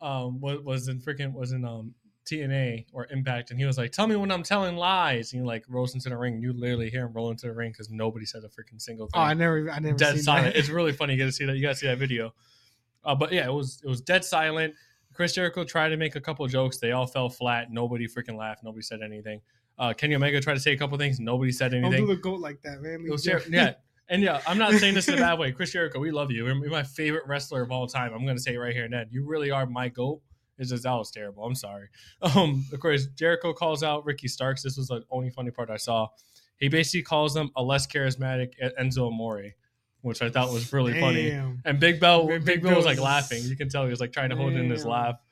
S2: um, was, was in freaking was in um, TNA or Impact, and he was like, "Tell me when I'm telling lies." And he like rolls into the ring. and You literally hear him roll into the ring because nobody said a freaking single
S3: Oh,
S2: thing.
S3: I never, I never
S2: dead
S3: seen
S2: silent.
S3: that.
S2: It's really funny. You got to see that. You got to see that video. Uh, but yeah, it was it was dead silent. Chris Jericho tried to make a couple jokes. They all fell flat. Nobody freaking laughed. Nobody said anything. Uh, Kenny Omega tried to say a couple things. Nobody said
S3: Don't
S2: anything.
S3: do the goat like that, man.
S2: It
S3: Leave
S2: was
S3: Jeff-
S2: ter- yeah. And yeah, I'm not saying this in a bad way. Chris Jericho, we love you. You're my favorite wrestler of all time. I'm going to say it right here and then. You really are my GOAT. It's just, that was terrible. I'm sorry. Um, of course, Jericho calls out Ricky Starks. This was the only funny part I saw. He basically calls them a less charismatic E-, Enzo Amore, which I thought was really funny.
S3: Damn.
S2: And Big Bell, Big,
S3: Big- Big
S2: Bell was
S3: Bell
S2: like
S3: was-
S2: laughing. You can tell he was like trying to hold in his
S3: Damn.
S2: laugh.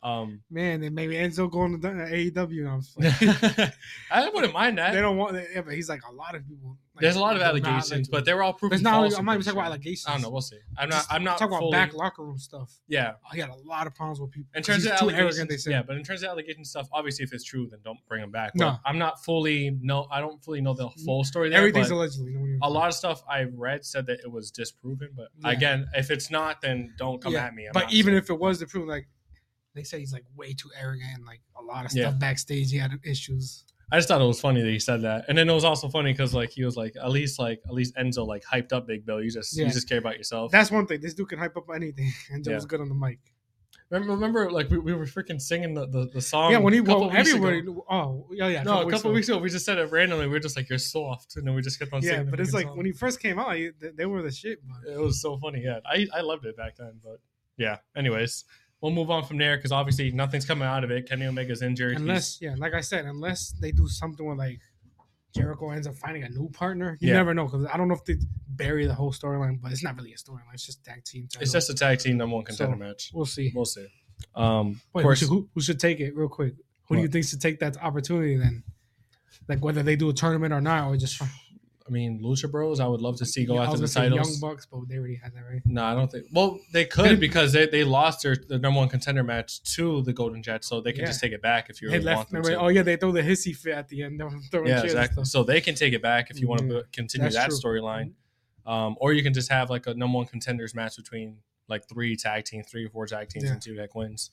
S2: Um,
S3: man. And maybe Enzo going to AEW. And I'm just like,
S2: I wouldn't mind
S3: they
S2: that.
S3: don't want. Yeah, but he's like a lot of people. Like,
S2: There's a lot of
S3: they're not
S2: allegations,
S3: eligible.
S2: but they were all proven.
S3: It's not.
S2: false,
S3: I'm not even
S2: pretty
S3: talking about
S2: sure.
S3: allegations.
S2: I don't know. We'll see. I'm not.
S3: Just
S2: I'm not
S3: talking about
S2: fully-
S3: back locker room stuff.
S2: Yeah.
S3: Oh, he had a lot of problems with people.
S2: In terms of
S3: He's too arrogant, they
S2: allegations,
S3: said.
S2: yeah, but in terms of allegation stuff, obviously, if it's true, then don't bring them back.
S3: No.
S2: But I'm not fully no. I don't fully know the full story there.
S3: Everything's
S2: but
S3: allegedly. you know what I mean?
S2: a lot of stuff I read said that it was disproven. But
S3: Yeah.
S2: again, if it's not, then don't come
S3: Yeah,
S2: at me. I'm
S3: But
S2: not-
S3: even if it was the proof, like they say, he's like way too arrogant. and, Like a lot of
S2: Yeah.
S3: stuff backstage, he had issues.
S2: I just thought it was funny that he said that, and then it was also funny because like he was like at least like at least Enzo like hyped up Big Bill. You just
S3: Yeah.
S2: you just care about yourself.
S3: That's one thing. This dude can hype up anything. Enzo
S2: Yeah.
S3: was good on the mic.
S2: remember, remember like we, we were freaking singing the the, the song.
S3: yeah, when he
S2: Um, a couple
S3: well,
S2: weeks ago.
S3: everybody. Oh, yeah, yeah.
S2: No, a couple
S3: ago.
S2: weeks ago we just said it randomly. We were just like, "You're soft," and then we just kept on.
S3: Yeah,
S2: singing the
S3: but it's
S2: freaking
S3: like
S2: song.
S3: when he first came out, he, they, they were the shit. But
S2: it was so funny. Yeah, I, I loved it back then. But yeah, anyways, we'll move on from there because obviously nothing's coming out of it. Kenny Omega's injured. He's-
S3: Unless, yeah, like I said, unless they do something with like Jericho ends up finding a new partner, you
S2: Yeah.
S3: never know. Because I don't know if they bury the whole storyline, but it's not really a storyline. It's just tag team. Title.
S2: it's just a tag team number one contender
S3: So-
S2: match.
S3: we'll see.
S2: We'll see. Um, of
S3: Wait, who,
S2: course,
S3: should, who, who should take it real quick? Who do you
S2: What?
S3: think should take that opportunity then? Like whether they do a tournament or not, or just
S2: I mean Lucha Bros. I would love to see go
S3: Yeah, I
S2: after
S3: was
S2: the
S3: gonna say
S2: titles.
S3: Young Bucks, but they already had that, right?
S2: No, I don't think. Well, they could because they, they lost their, their number one contender match to the Golden Jets, so they can
S3: Yeah.
S2: just take it back if you
S3: They
S2: really want
S3: left.
S2: them
S3: Remember,
S2: to.
S3: oh yeah, they throw the hissy fit at the end. Throwing
S2: yeah,
S3: chairs and
S2: exactly.
S3: stuff.
S2: So they can take it back if you want
S3: Yeah,
S2: to continue
S3: Mm-hmm.
S2: that
S3: that's true.
S2: storyline, um, or you can just have like a number one contenders match between like three tag teams, three or four tag teams,
S3: Yeah.
S2: and two that wins.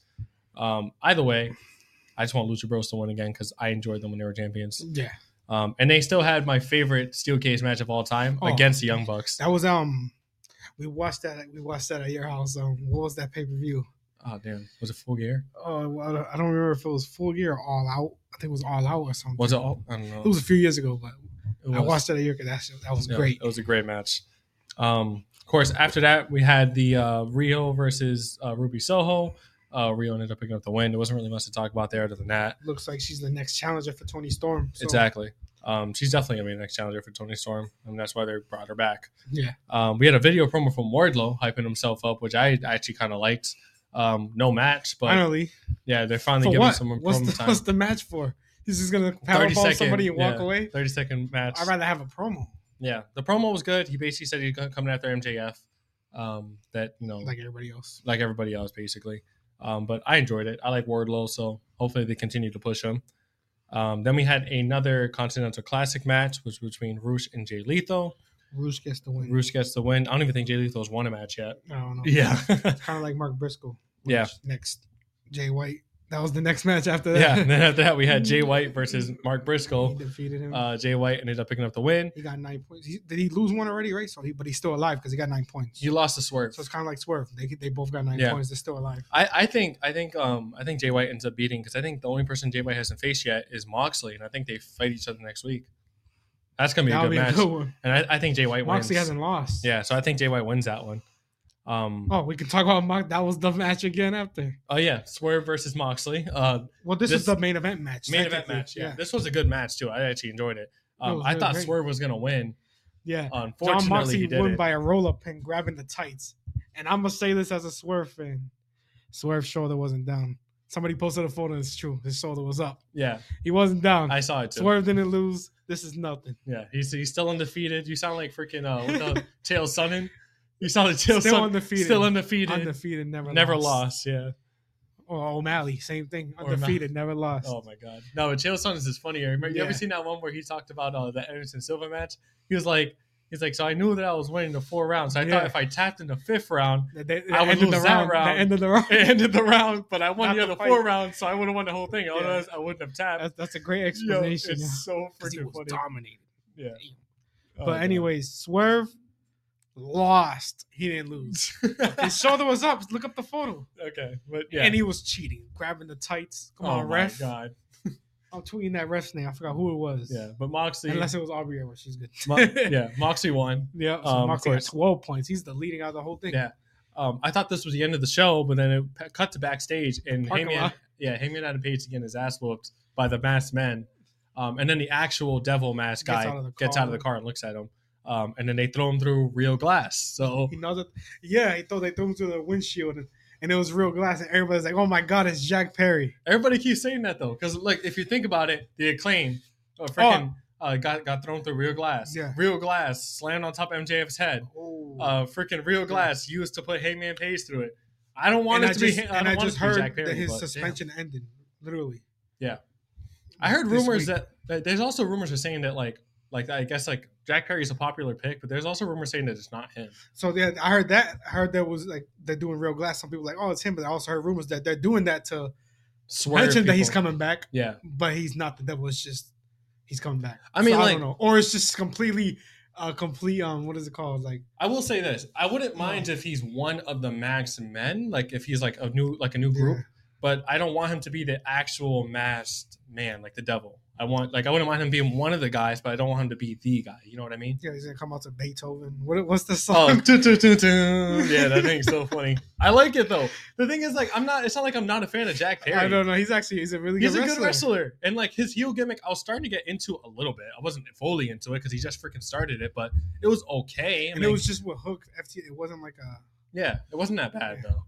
S2: Um, either way, I just want Lucha Bros to win again because I enjoyed them when they were champions,
S3: Yeah,
S2: um, and they still had my favorite steel cage match of all time
S3: Oh.
S2: against the Young Bucks.
S3: that was um, we watched that. We watched that at your house. Um, what was that pay per view?
S2: Oh damn, was it full gear?
S3: Uh, well, I don't- I don't remember if it was Full Gear or All Out. I think it was All Out or something.
S2: Was it all? I don't know.
S3: It was a few years ago, but
S2: It
S3: I
S2: was.
S3: watched that a year because that, shit- that was
S2: Yeah,
S3: great.
S2: It was a great match. Um, of course, after that, we had the uh, Rio versus uh, Ruby Soho. Uh, Rio ended up picking up the win. There wasn't really much to talk about there other than that.
S3: Looks like she's the next challenger for Tony Storm. so-
S2: Exactly. Um, she's definitely gonna be the next challenger for Tony Storm, and that's why they brought her back.
S3: Yeah.
S2: Um, we had a video promo from Wardlow hyping himself up, which I actually kind of liked. Um, no match, but
S3: Finally.
S2: yeah, they're finally
S3: For
S2: giving
S3: what?
S2: some
S3: What's
S2: promo
S3: the,
S2: time.
S3: what's the match for? He's just gonna
S2: 30
S3: powerbomb somebody
S2: second,
S3: and walk
S2: yeah.
S3: away.
S2: Thirty second match.
S3: I'd rather have a promo
S2: Yeah, the promo was good. He basically said he's coming after MJF. Um, that you know,
S3: like everybody else.
S2: like everybody else, basically. Um, but I enjoyed it. I like Wardlow, so hopefully they continue to push him. Um, then we had another Continental Classic match, which was between Roosh and Jay Lethal.
S3: Rouge gets the win. Oh.
S2: Roosh gets the win. I don't even think Jay Lethal's won a match yet.
S3: I don't know.
S2: Yeah,
S3: kind of like Mark Briscoe. which
S2: Yeah.
S3: Next, Jay White. That was the next match after
S2: yeah.
S3: that.
S2: And then after that, we had Jay White versus Mark Briscoe.
S3: He defeated him.
S2: Uh, Jay White ended up picking up the win.
S3: he got nine points. He, did he lose one already, right? So he, but he's still alive because he got nine points.
S2: He lost the swerve.
S3: so it's kind of like Swerve. They they both got nine
S2: Yeah.
S3: points. They're still alive.
S2: I, I think I think um I think Jay White ends up beating because I think the only person Jay White hasn't faced yet is Moxley, and I think they fight each other next week. That's gonna be a
S3: That'll
S2: good
S3: be a
S2: match,
S3: good one.
S2: and I, I think Jay White
S3: Moxley
S2: wins.
S3: hasn't lost.
S2: Yeah, so I think Jay White wins that one. Um, oh.
S3: Oh, we can talk about Mox. That was the match again after.
S2: yeah, Swerve versus Moxley, uh,
S3: Well, this,
S2: This-
S3: is the main event match.
S2: main event
S3: technically.
S2: match. Yeah. this was a good match too. I actually enjoyed it.
S3: It
S2: Um,
S3: was
S2: I
S3: really
S2: thought
S3: great.
S2: Swerve was gonna win.
S3: yeah. John
S2: Unfortunately,
S3: Moxley
S2: he
S3: won
S2: didn't.
S3: by a roll up pin, grabbing the tights. And I'm gonna say this as a Swerve fan: Swerve's shoulder wasn't down. Somebody posted a photo. and It's true. His shoulder was up.
S2: yeah,
S3: He wasn't down.
S2: I saw it too.
S3: Swerve didn't lose. This is nothing.
S2: Yeah, he's he's still undefeated. You sound like freaking uh, what the Chael Sonnen. You sound like Chael
S3: Still
S2: Sonnen,
S3: undefeated.
S2: still undefeated,
S3: Undefeated, never
S2: never lost.
S3: lost.
S2: Yeah.
S3: Or O'Malley, same thing.
S2: Or O'Malley.
S3: Undefeated, never lost.
S2: Oh my god. No, but Chael Sonnen is funnier. Remember, You ever
S3: Yeah.
S2: seen that one where he talked about uh, the Anderson Silva match? He was like, he's like, so I knew that I was winning the four rounds. So I
S3: Yeah.
S2: thought if I tapped in the fifth round,
S3: They- they- they
S2: I would
S3: ended the
S2: lose that
S3: round.
S2: round.
S3: They ended the round.
S2: it ended the round, but I won
S3: Not
S2: the
S3: the
S2: other
S3: fight.
S2: four rounds, so I would have won the whole thing. Otherwise, I wouldn't have tapped.
S3: That's, that's a great
S2: Yo, it's
S3: explanation. yeah.
S2: so
S3: 'Cause he
S2: freaking
S3: was
S2: funny.
S3: dominated.
S2: Yeah. Oh,
S3: But
S2: God.
S3: anyways, Swerve lost. He didn't lose. His shoulder was up. Look up the photo.
S2: okay, but yeah.
S3: And he was cheating, grabbing the tights. Come
S2: oh
S3: on,
S2: my
S3: uh, ref.
S2: God.
S3: I'm tweeting that ref's name. I forgot who it was.
S2: Yeah, but Moxley.
S3: Unless it was Aubrey Edwards. She's good.
S2: Mo- yeah, Moxley won.
S3: Yeah. So
S2: Um, of
S3: Moxley got
S2: course.
S3: 12 points. He's the leading out of the whole thing.
S2: Yeah. Um, I thought this was the end of the show, but then it p- cut to backstage, and
S3: Parking
S2: Hangman,
S3: lot.
S2: yeah, Hangman Adam Page getting his ass whooped by the masked men, um, and then the actual devil mask
S3: Gets
S2: guy
S3: out of the
S2: gets
S3: car.
S2: out of the car and looks at him, um, and then they throw him through real glass. So
S3: He knows it. Yeah, he thought they threw him through the windshield and, and it was real glass. And everybody's like, oh my God, it's Jack Perry.
S2: Everybody keeps saying that though, because like if you think about it, the acclaim, uh, freaking uh, got got thrown through real glass.
S3: Oh. Yeah.
S2: Real glass slammed on top of MJF's head.
S3: Oh.
S2: Uh, freaking real glass used to put Hangman Page through it. I don't want
S3: and
S2: it to
S3: I just,
S2: be. I
S3: and
S2: don't
S3: I
S2: want it
S3: just
S2: to be
S3: heard
S2: Jack Perry,
S3: that his
S2: but damn.
S3: suspension ended, literally.
S2: Yeah. I heard
S3: This
S2: rumors
S3: week.
S2: that, that there's also rumors are saying that like like I guess like Jack Perry's a popular pick, but there's also rumors saying that it's not him.
S3: So yeah, I heard that. I heard that was like they're doing real glass. Some people like, oh, it's him. But I also heard rumors that they're doing that to
S2: Swear
S3: mention that he's
S2: people-
S3: coming back,
S2: Yeah,
S3: but he's not the devil. It's just he's coming back.
S2: I mean,
S3: So
S2: like-
S3: don't know, or it's just completely, uh, complete. Um, what is it called? Like,
S2: I will say this: I wouldn't mind if he's one of the Max men, like if he's like a new like a new group.
S3: Yeah.
S2: But I don't want him to be the actual masked man, like the devil. I want like I wouldn't mind him being one of the guys, but I don't want him to be the guy. You know what I mean?
S3: yeah, he's gonna come out to Beethoven. What, what's the
S2: Oh,
S3: song?
S2: doo, doo, doo, doo. yeah, that thing's so funny. I like it though. The thing is, like, I'm not. It's not like I'm not a fan of Jack Perry.
S3: I don't know. He's actually he's a really
S2: He's
S3: good
S2: a
S3: wrestler.
S2: good wrestler, and like his heel gimmick, I was starting to get into a little bit. I wasn't fully into it because he just freaking started it, but it was okay. I
S3: And it
S2: mean,
S3: was just with Hook. FT, it wasn't like a
S2: yeah, it wasn't that bad though.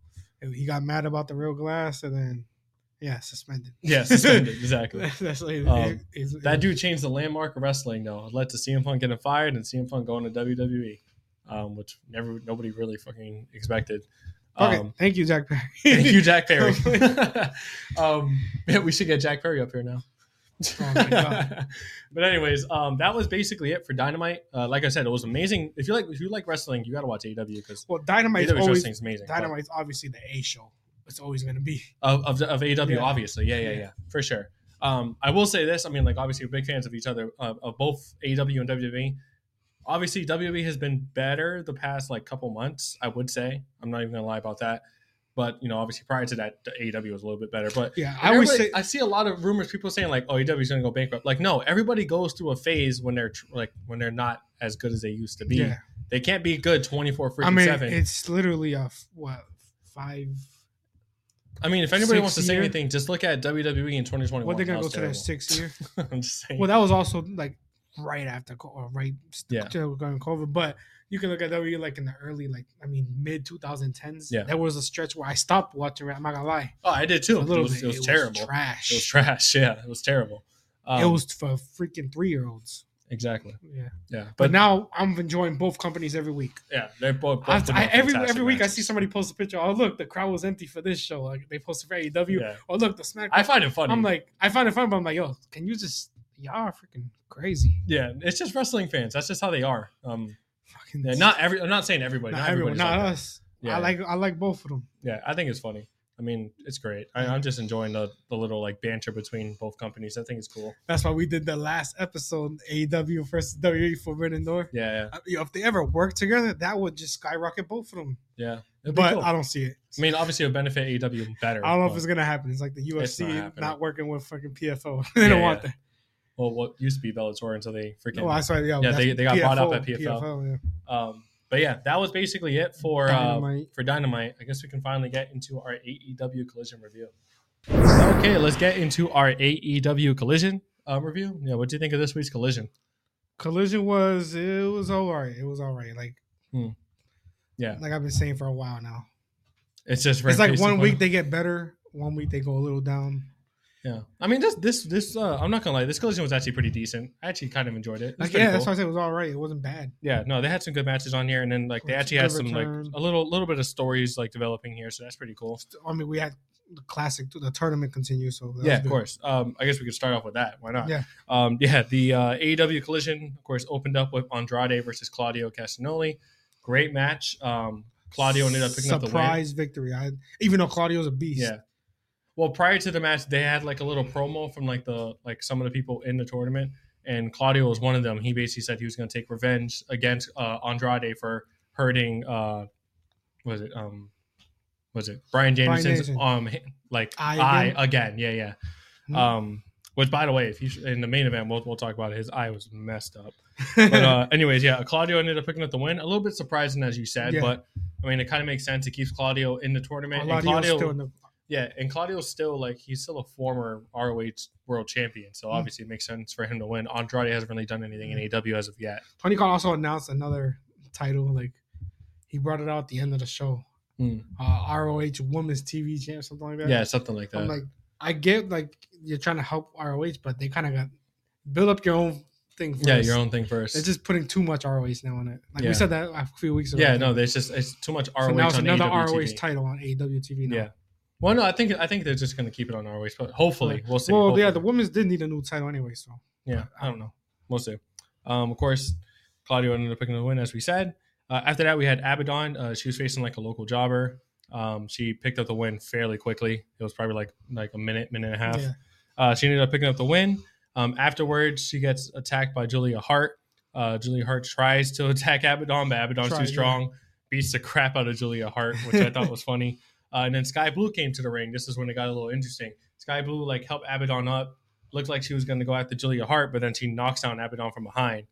S3: he got mad about the real glass and then yeah suspended
S2: Yeah, suspended exactly.
S3: that's like
S2: Um,
S3: it's- it's-
S2: That dude changed the landmark of wrestling, though. It led to CM Punk getting fired and CM Punk going to WWE, um, which never nobody really fucking expected.
S3: okay
S2: Um,
S3: thank you jack Perry.
S2: thank you, Jack Perry. um, yeah, we should get Jack Perry up here now.
S3: Oh my God.
S2: but anyways, um, that was basically it for Dynamite. Uh, like I said, it was amazing. If you like, if you like wrestling, you got to watch E AEW because
S3: well dynamite's
S2: AEW
S3: always
S2: wrestling E is amazing. but-
S3: dynamite's obviously the a show it's always going to be
S2: of of, of AEW,
S3: Yeah.
S2: obviously. Yeah, yeah,
S3: Yeah.
S2: yeah, for sure. Um, I will say this. I mean, like, obviously, we're big fans of each other of, of both AEW and WWE. Obviously, E WWE has been better the past like couple months. I would say I'm not even gonna lie about that. But you know, obviously prior to that, the AEW was a little bit better. But
S3: Yeah,
S2: I
S3: I always say
S2: I see a lot of rumors. People saying like, "Oh, AEW is going to go bankrupt." Like, no, everybody goes through a phase when they're tr- like when they're not as good as they used to be.
S3: yeah.
S2: They can't be good twenty four freaking
S3: I mean,
S2: seven.
S3: it's literally a f- what five.
S2: I mean, if anybody
S3: six
S2: wants to say
S3: year?
S2: anything, just look at WWE in twenty twenty one.
S3: What they're gonna go to their sixth year?
S2: I'm just saying.
S3: Well, that was also like right after co- or right
S2: Yeah.
S3: yeah. during COVID. But you can look at WWE like in the early, like I mean, mid 2010s.
S2: Yeah.
S3: there was a stretch where I stopped watching. I'm not gonna lie,
S2: oh, I did too.
S3: a
S2: It
S3: little
S2: was,
S3: bit.
S2: it was terrible.
S3: trash.
S2: it was trash. Yeah, it was terrible. Um,
S3: It was for freaking three year olds.
S2: exactly.
S3: Yeah,
S2: Yeah,
S3: but, now I'm enjoying both companies every week.
S2: yeah, they're both. both
S3: I,
S2: putting
S3: I,
S2: on
S3: every
S2: fantastic
S3: every week I
S2: matches.
S3: see somebody post a picture. Oh look, the crowd was empty for this show. Like they posted for AEW.
S2: Yeah.
S3: Oh look, the SmackDown.
S2: I find it funny.
S3: I'm like, I find it fun, but I'm like, yo, can you just y'all are freaking crazy.
S2: yeah, it's just wrestling fans. That's just how they are. Um,
S3: Fucking
S2: yeah, not every. I'm not saying everybody.
S3: not
S2: Not,
S3: everyone,
S2: everybody's
S3: not
S2: like that.
S3: us.
S2: Yeah.
S3: I like I like both of them.
S2: Yeah, I think it's funny. I mean, it's great. I, I'm just enjoying the, the little like banter between both companies. I think it's cool.
S3: That's why we did the last episode AEW versus E WWE Forbidden Door.
S2: Yeah,
S3: I- Uh, yo, If they ever work together, that would just skyrocket both of them.
S2: yeah. yeah. It'd be
S3: but
S2: cool.
S3: I
S2: I,
S3: don't see it.
S2: mean, obviously, it would benefit AEW better.
S3: I don't know if
S2: but-
S3: it's gonna happen. It's like the UFC
S2: not
S3: not,
S2: happening.
S3: working with fucking PFO. they don't
S2: Yeah,
S3: want
S2: yeah. well, what used to be Bellator until they
S3: that.
S2: freaking.
S3: Oh, I saw. Yeah,
S2: Yeah, they-
S3: that's
S2: they got bought up at PFL.
S3: PFL yeah.
S2: um, but yeah, that was basically it for uh,
S3: Dynamite.
S2: for Dynamite. I guess we can finally get into our AEW Collision review. Okay, let's get into our AEW Collision um, review. Yeah, what do you think of this week's Collision?
S3: Collision was it was all right. It was all right. Like
S2: Hmm. Yeah.
S3: like I've been saying for a while now.
S2: It's just
S3: It's like
S2: based
S3: one
S2: upon-
S3: week they get better, one week they go a little down.
S2: Yeah, I mean this this this uh, I'm not gonna lie, this collision was actually pretty decent. I actually kind of enjoyed it. It was
S3: Like,
S2: pretty
S3: yeah, that's why
S2: cool.
S3: I said it was all right. It wasn't bad.
S2: yeah. No, they had some good matches on here, and then like they
S3: Good
S2: actually had some like
S3: return.
S2: a little little bit of stories like developing here, so that's pretty cool.
S3: I mean, we had the classic, the tournament continues. So that
S2: yeah,
S3: was
S2: of
S3: good.
S2: course. Um, I guess we could start off with that. Why not?
S3: Yeah.
S2: Um, yeah. The uh, AEW collision, of course, opened up with Andrade versus Claudio Castagnoli. Great match. Um, Claudio ended up picking
S3: surprise
S2: up the win.
S3: victory. I, even though Claudio's a beast,
S2: Yeah. Well, prior to the match, they had like a little promo from like the like some of the people in the tournament, and Claudio was one of them. He basically said he was going to take revenge against uh, Andrade for hurting uh, what was it um, what was it Brian
S3: Bryan
S2: Jameson's
S3: Danielson.
S2: um h- like eye
S3: Eye
S2: again?
S3: again?
S2: Yeah, yeah.
S3: Hmm.
S2: Um, which by the way, if you sh- in the main event, we'll we'll talk about it. His eye was messed up. But uh, anyways, yeah, Claudio ended up picking up the win. A little bit surprising, as you said,
S3: Yeah.
S2: but I mean, it kind of makes sense. It keeps Claudio in the tournament. and
S3: Claudio's
S2: Claudio-
S3: still in the
S2: yeah, and Claudio's still like he's still a former ROH world champion, so
S3: Mm.
S2: obviously it makes sense for him to win. Andrade hasn't really done anything
S3: Hmm.
S2: in AW as of yet.
S3: Tony Khan also announced another title. Like he brought it out at the end of the show.
S2: Hmm.
S3: Uh, ROH Women's TV Champ, something like that.
S2: Yeah, something like that.
S3: I'm like, I get like you're trying to help ROH, but they kind of got build up your own thing. First.
S2: yeah, your own thing first.
S3: They're just putting too much ROH now on it. Like
S2: Yeah.
S3: we said that a few weeks ago.
S2: yeah, no, there's just it's too much ROH
S3: So now it's
S2: on
S3: another
S2: AEW
S3: ROH
S2: TV.
S3: title on AWTV now.
S2: Yeah. Well, no, I think I think they're just going to keep it on ROH, but hopefully we'll see.
S3: Well,
S2: hopefully.
S3: yeah, the women's did need a new title anyway, so
S2: yeah,
S3: I don't know.
S2: We'll see. Um, of course, Claudio ended up picking the win, as we said. Uh, after that, we had Abaddon. Uh, she was facing like a local jobber. Um, she picked up the win fairly quickly. It was probably like like a minute, minute and a half.
S3: Yeah.
S2: Uh, she ended up picking up the win. Um, afterwards, she gets attacked by Julia Hart. Uh, Julia Hart tries to attack Abaddon, but Abaddon's
S3: Try,
S2: too
S3: yeah.
S2: strong. Beats the crap out of Julia Hart, which I thought was funny. Uh, and then Sky Blue came to the ring. This is when it got a little interesting. Sky Blue like helped Abaddon up. Looked like she was going to go after Julia Hart, but then she knocks down Abaddon from behind.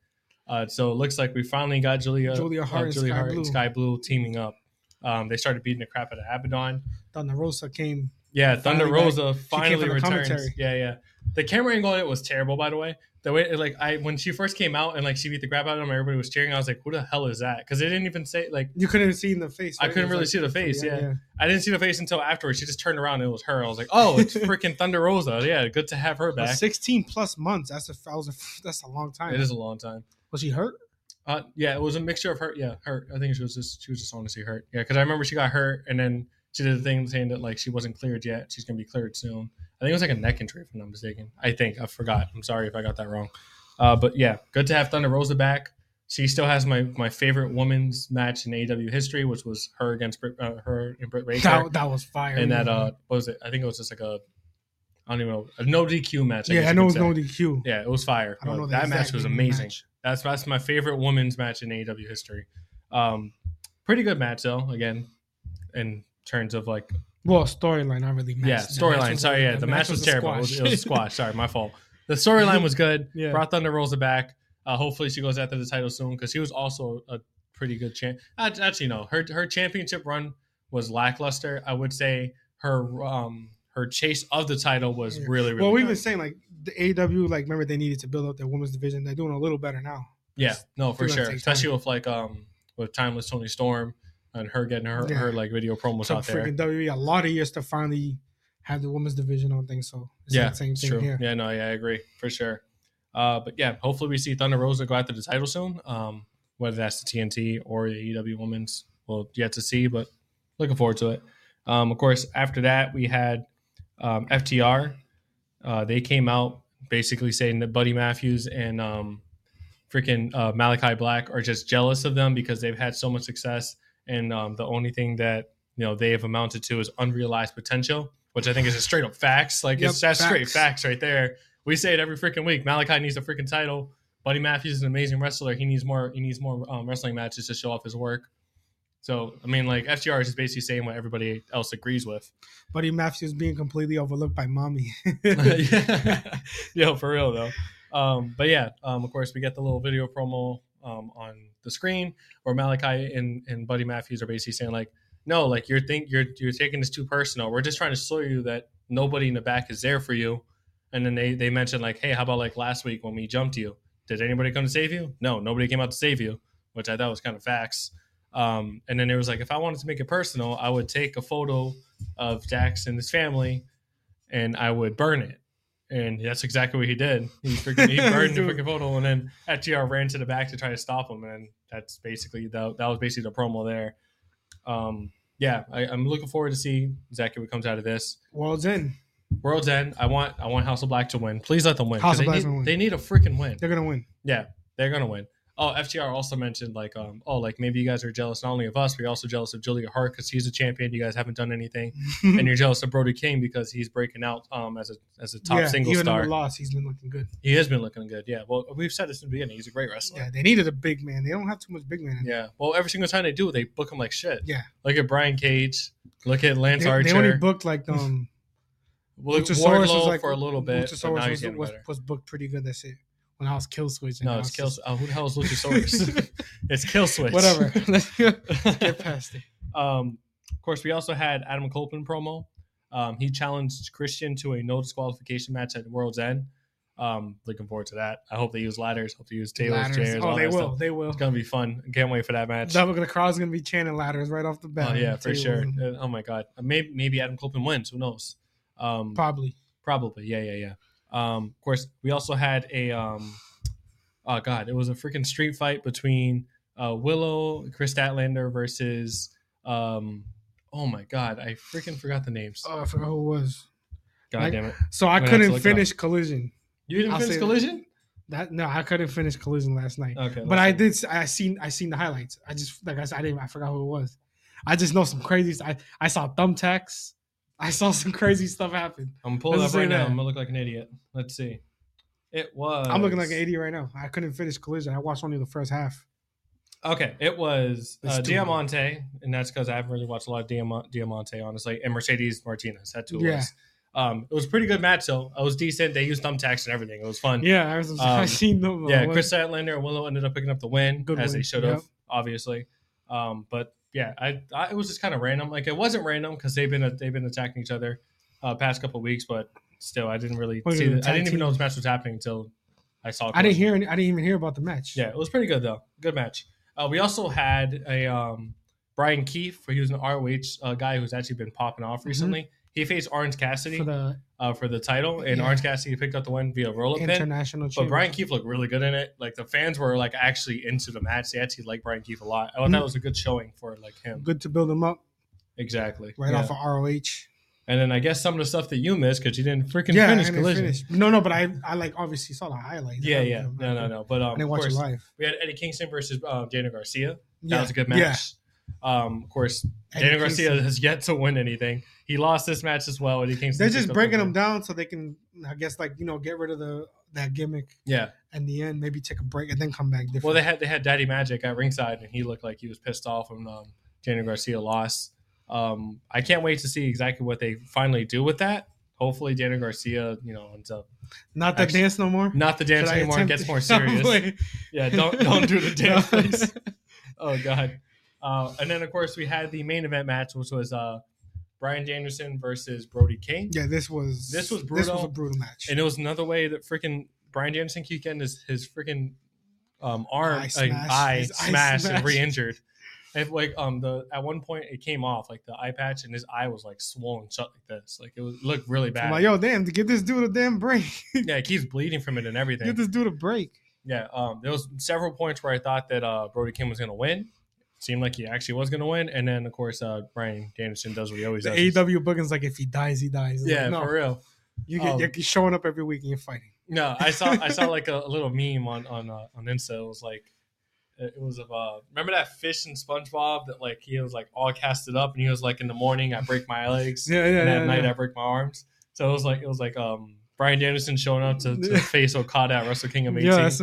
S2: Uh, so it looks like we finally got Julia,
S3: Julia
S2: uh,
S3: Hart and
S2: Julia
S3: Sky
S2: Hart and
S3: Blue.
S2: Sky Blue teaming up. Um, they started beating the crap out of Abaddon.
S3: Thunder Rosa came.
S2: Yeah, Thunder
S3: Finally
S2: Rosa finally
S3: from the
S2: returns.
S3: commentary.
S2: Yeah, yeah. The camera angle on it was terrible, by the way. The way, like, I when she first came out and like she beat the crap out of him, everybody was cheering. I was like, "Who the hell is that?" Because they didn't even say like
S3: You couldn't see in the face.
S2: I
S3: right?
S2: couldn't
S3: It
S2: really
S3: was
S2: see the
S3: like-
S2: face. Yeah. I didn't see the face until afterwards. She just turned around and it was her. I was like, "Oh, it's freaking Thunder Rosa." Yeah, good to have her
S3: But
S2: back.
S3: Sixteen plus months. That's a that was a- that's a long time.
S2: It is a long time.
S3: Was she hurt?
S2: Uh, yeah, it was a mixture of hurt. Yeah, hurt. I think she was just she was just honestly hurt. Yeah, because I remember she got hurt and then she did a thing saying that like she wasn't cleared yet. She's gonna be cleared soon. I think it was like a neck injury, if I'm not mistaken. I think I forgot. I'm sorry if I got that wrong. Uh, but yeah, good to have Thunder Rosa back. She still has my my favorite women's match in AEW history, which was her against Brit, uh, her and Britt Baker.
S3: That, that was fire.
S2: and that uh, what was it? I think it was just like a I don't even know a no DQ match. guess
S3: yeah, I
S2: you could
S3: know it was
S2: say.
S3: no DQ.
S2: Yeah, it was fire.
S3: I don't
S2: Uh,
S3: know the
S2: that
S3: exact
S2: match was
S3: name of the
S2: amazing.
S3: match.
S2: That's that's my favorite E women's match in AEW history. Um, pretty good match though. Again, and terms of like
S3: Well, storyline, not really. Match.
S2: yeah
S3: The match
S2: storyline.
S3: was
S2: Sorry,
S3: like-
S2: yeah, the match was
S3: a
S2: terrible. It was, it
S3: squash.
S2: was a squash. Sorry, my fault. The storyline was good.
S3: Yeah.
S2: Brought Thunder Rosa back. Uh, hopefully, she goes after the title soon because she was also a pretty good champ. Actually, no, her her championship run was lackluster. I would say her um her chase of the title was
S3: Yeah.
S2: really really.
S3: well, we've
S2: good.
S3: been saying like the AW, like remember they needed to build up their women's division. They're doing a little better now.
S2: Yeah, no, for
S3: It's gonna
S2: sure.
S3: take
S2: Especially
S3: time.
S2: with like um with timeless Tony Storm and her getting her,
S3: Yeah.
S2: her like video promos
S3: Took
S2: out there.
S3: freaking WWE a lot of years to finally have the women's division on things. So it's
S2: yeah,
S3: that same
S2: it's
S3: thing
S2: true.
S3: here.
S2: Yeah, no, yeah, I agree for sure. Uh, but yeah, hopefully we see Thunder Rosa go after the title soon. Um, whether that's the TNT or the EW Women's, well, yet to see, but looking forward to it. Um, of course, after that we had um, FTR. Uh, they came out basically saying that Buddy Matthews and um, freaking uh, Malachi Black are just jealous of them because they've had so much success, and um, the only thing that you know they have amounted to is unrealized potential, which I think is just straight up facts. Like
S3: Yep,
S2: it's that's straight
S3: facts.
S2: facts right there. We say it every freaking week. Malachi needs a freaking title. Buddy Matthews is an amazing wrestler. He needs more. He needs more um, wrestling matches to show off his work. So I mean, like FTR is just basically saying what everybody else agrees with.
S3: Buddy Matthews being completely overlooked by mommy.
S2: Yo, for real though. Um, but yeah, um, of course, we get the little video promo um, on the screen where Malachi and, and Buddy Matthews are basically saying like, "No, like you're think you're you're taking this too personal. We're just trying to show you that nobody in the back is there for you." And then they they mentioned like, "Hey, how about like last week when we jumped you? Did anybody come to save you? No, nobody came out to save you," which I thought was kind of facts. Um, and then it was like, if I wanted to make it personal, I would take a photo of Dax and his family, and I would burn it. And that's exactly what he did. He, freaking, he burned the freaking photo, and then FTR ran to the back to try to stop him. And that's basically that. That was basically the promo there. Um, yeah, I, I'm looking forward to see exactly what comes out of this.
S3: World's in.
S2: World's End. I want I want House of Black to win. Please let them win. 'cause
S3: House of
S2: they,
S3: Black's
S2: need,
S3: gonna win.
S2: they need a freaking win.
S3: They're gonna win.
S2: Yeah, they're gonna win. Oh, FTR also mentioned like, um, oh, like maybe you guys are jealous not only of us, but you're also jealous of Julia Hart because he's a champion. You guys haven't done anything,
S3: Mm-hmm.
S2: and you're jealous of Brody King because he's breaking out um, as a as a top
S3: yeah,
S2: single
S3: even though
S2: star.
S3: we lost, he's been looking good.
S2: He has been looking good. Yeah. Well, we've said this in the beginning. He's a great wrestler.
S3: Yeah, they needed a big man. They don't have too much big man. In
S2: Yeah. Well, every single time they do, they book him like shit.
S3: Yeah.
S2: Look at Brian Cage. Look at Lance
S3: They,
S2: Archer.
S3: they only booked like um
S2: Look at
S3: Luchasaurus was,
S2: Wardlow
S3: like-
S2: for a little bit. but
S3: Luchasaurus
S2: now he's
S3: was,
S2: getting
S3: was,
S2: better.
S3: was booked pretty good. That's it. When I was kill switch. and
S2: No,
S3: I
S2: it's
S3: was
S2: Kill.
S3: just-
S2: Oh, who the hell is Luchasaurus? it's Kill Switch.
S3: Whatever. Let's get past it.
S2: Um, of course, we also had Adam Copeland promo. Um, he challenged Christian to a no disqualification match at World's End. Um, looking forward to that. I hope they use ladders. Hope they use tables,
S3: Ladders.
S2: chairs.
S3: Oh,
S2: all
S3: they
S2: that
S3: will.
S2: Stuff.
S3: They will.
S2: It's gonna be fun. Can't wait for that match.
S3: Double, the crowd's gonna be chanting ladders right off the bat.
S2: Oh
S3: and
S2: yeah, for
S3: tables
S2: sure.
S3: and-
S2: Uh, Oh my god. Maybe maybe Adam Copeland wins. Who knows? Um,
S3: Probably.
S2: probably. Yeah, yeah, yeah. Um, of course, we also had a um, oh god, it was a freaking street fight between uh, Willow, Chris Statlander versus um, oh my god, I freaking forgot the names.
S3: Oh, I forgot who it was.
S2: God
S3: Like-
S2: damn it!
S3: So I
S2: We're gonna have to
S3: couldn't
S2: look it up.
S3: finish collision.
S2: You didn't
S3: I'll
S2: finish
S3: say-
S2: collision.
S3: That no, I couldn't finish collision last night.
S2: Okay,
S3: But I did. I seen. I seen the highlights. I just like I said. I didn't. I forgot who it was. I just know some crazy. st- I I saw thumbtacks. I saw some crazy stuff happen.
S2: I'm pulling
S3: Let's
S2: up right
S3: say
S2: now.
S3: that.
S2: I'm gonna look like an idiot. Let's see. It was.
S3: I'm looking like an 80 right now. I couldn't finish collision. I watched only the first half.
S2: Okay, it was
S3: It's
S2: uh,
S3: two.
S2: Diamante, and that's because I haven't really watched a lot of Diamante, Diamante honestly, and Mercedes Martinez. That two
S3: Yeah.
S2: was. Um, it was a pretty good match though. It was decent. They used thumbtacks and everything. It was fun.
S3: Yeah, I, was, I
S2: Um,
S3: seen them. uh,
S2: Yeah,
S3: What-
S2: Chris Statlander and Willow ended up picking up the win
S3: Good
S2: as
S3: win,
S2: they should
S3: yep.
S2: have, obviously. Um, but yeah, I, I it was just kind of random. Like it wasn't random because they've been they've been attacking each other uh, past couple weeks, but still, I didn't really
S3: What is
S2: see.
S3: it,
S2: The, I
S3: tag
S2: didn't even
S3: team?
S2: know this match was happening until I saw.
S3: I didn't
S2: Collision.
S3: hear. Any, I didn't even hear about the match.
S2: Yeah, it was pretty good though. Good match. Uh, we also had a um, Brian Keefe, who he was an ROH uh, guy who's actually been popping off recently. He faced Orange Cassidy
S3: Mm-hmm. for the
S2: uh, for the title, and
S3: Yeah.
S2: Orange Cassidy picked up the win via roll-up pin.
S3: international.
S2: But
S3: champion.
S2: Brian Keefe looked really good in it. Like the fans were like actually into the match. They actually liked Brian Keefe a lot. I thought that
S3: Mhm.
S2: was a good showing for like him.
S3: good to build him up
S2: Exactly.
S3: right
S2: Yeah.
S3: off of ROH.
S2: And then I guess some of the stuff that you missed because you didn't freaking
S3: I
S2: finish
S3: didn't
S2: collision.
S3: finish. No, no, but I, I like obviously saw the highlights.
S2: Yeah,
S3: I-
S2: yeah. No, no, no. But
S3: I
S2: um,
S3: didn't
S2: of
S3: watch it
S2: course,
S3: live.
S2: we had Eddie Kingston versus um, Daniel Garcia. That
S3: yeah.
S2: was a good
S3: Yeah.
S2: match. Um, of course,
S3: Eddie
S2: Daniel Garcia
S3: Kingston.
S2: has yet to win anything. He lost this match as well. Eddie Kingston.
S3: They're
S2: picked
S3: just
S2: up
S3: breaking
S2: the
S3: them
S2: win.
S3: down so they can, I guess, like you know, get rid of the that gimmick
S2: Yeah.
S3: in the end. Maybe take a break and then come back. Different.
S2: Well, they had they had Daddy Magic at ringside, and he looked like he was pissed off when um, Daniel Garcia lost. Um, I can't wait to see exactly what they finally do with that. Hopefully, Daniel Garcia, you know, ends up
S3: Not the
S2: Actually-
S3: dance no more.
S2: not the dance
S3: Should I
S2: anymore and
S3: attempt
S2: gets
S3: it?
S2: more
S3: I'm
S2: serious.
S3: playing.
S2: yeah, don't don't do the dance,
S3: No.
S2: please. Oh god. Uh, and then of course we had the main event match, which was uh, Brian Danielson versus Brody King,
S3: Yeah, this was
S2: This was
S3: This was
S2: brutal.
S3: a brutal match.
S2: and it was another way that freaking Brian Danielson kept getting his his freaking um, arm
S3: Eye
S2: eye
S3: smashed.
S2: eye
S3: His eye
S2: smashed and
S3: smashed.
S2: re-injured. If like um the at one point it came off like the eye patch and his eye was like swollen shut like this, like it was looked really
S3: I'm
S2: bad.
S3: like, yo, damn, to get this dude a damn break.
S2: yeah, it keeps bleeding from it and everything.
S3: Get this dude a break.
S2: Yeah, um, there was several points where I thought that uh, Brody King was going to win. Seemed like he actually was going to win, and then of course uh, Brian Danielson does what he always
S3: The
S2: does.
S3: AEW booking's like, if he dies, he dies. It's
S2: yeah,
S3: like, no,
S2: for real.
S3: you get
S2: um,
S3: you're showing up every week and you're fighting.
S2: No, I saw I saw like a, a little meme on on uh, on Insta. It was like it it was of uh, remember that fish in SpongeBob that like he was like all casted up, and he was like in the morning I break my legs,
S3: Yeah, yeah,
S2: and at
S3: yeah,
S2: night
S3: yeah.
S2: I break my arms. So it was like it was like um Brian Danielson showing up to, to face Okada at Wrestle Kingdom 18.
S3: Yeah, that's-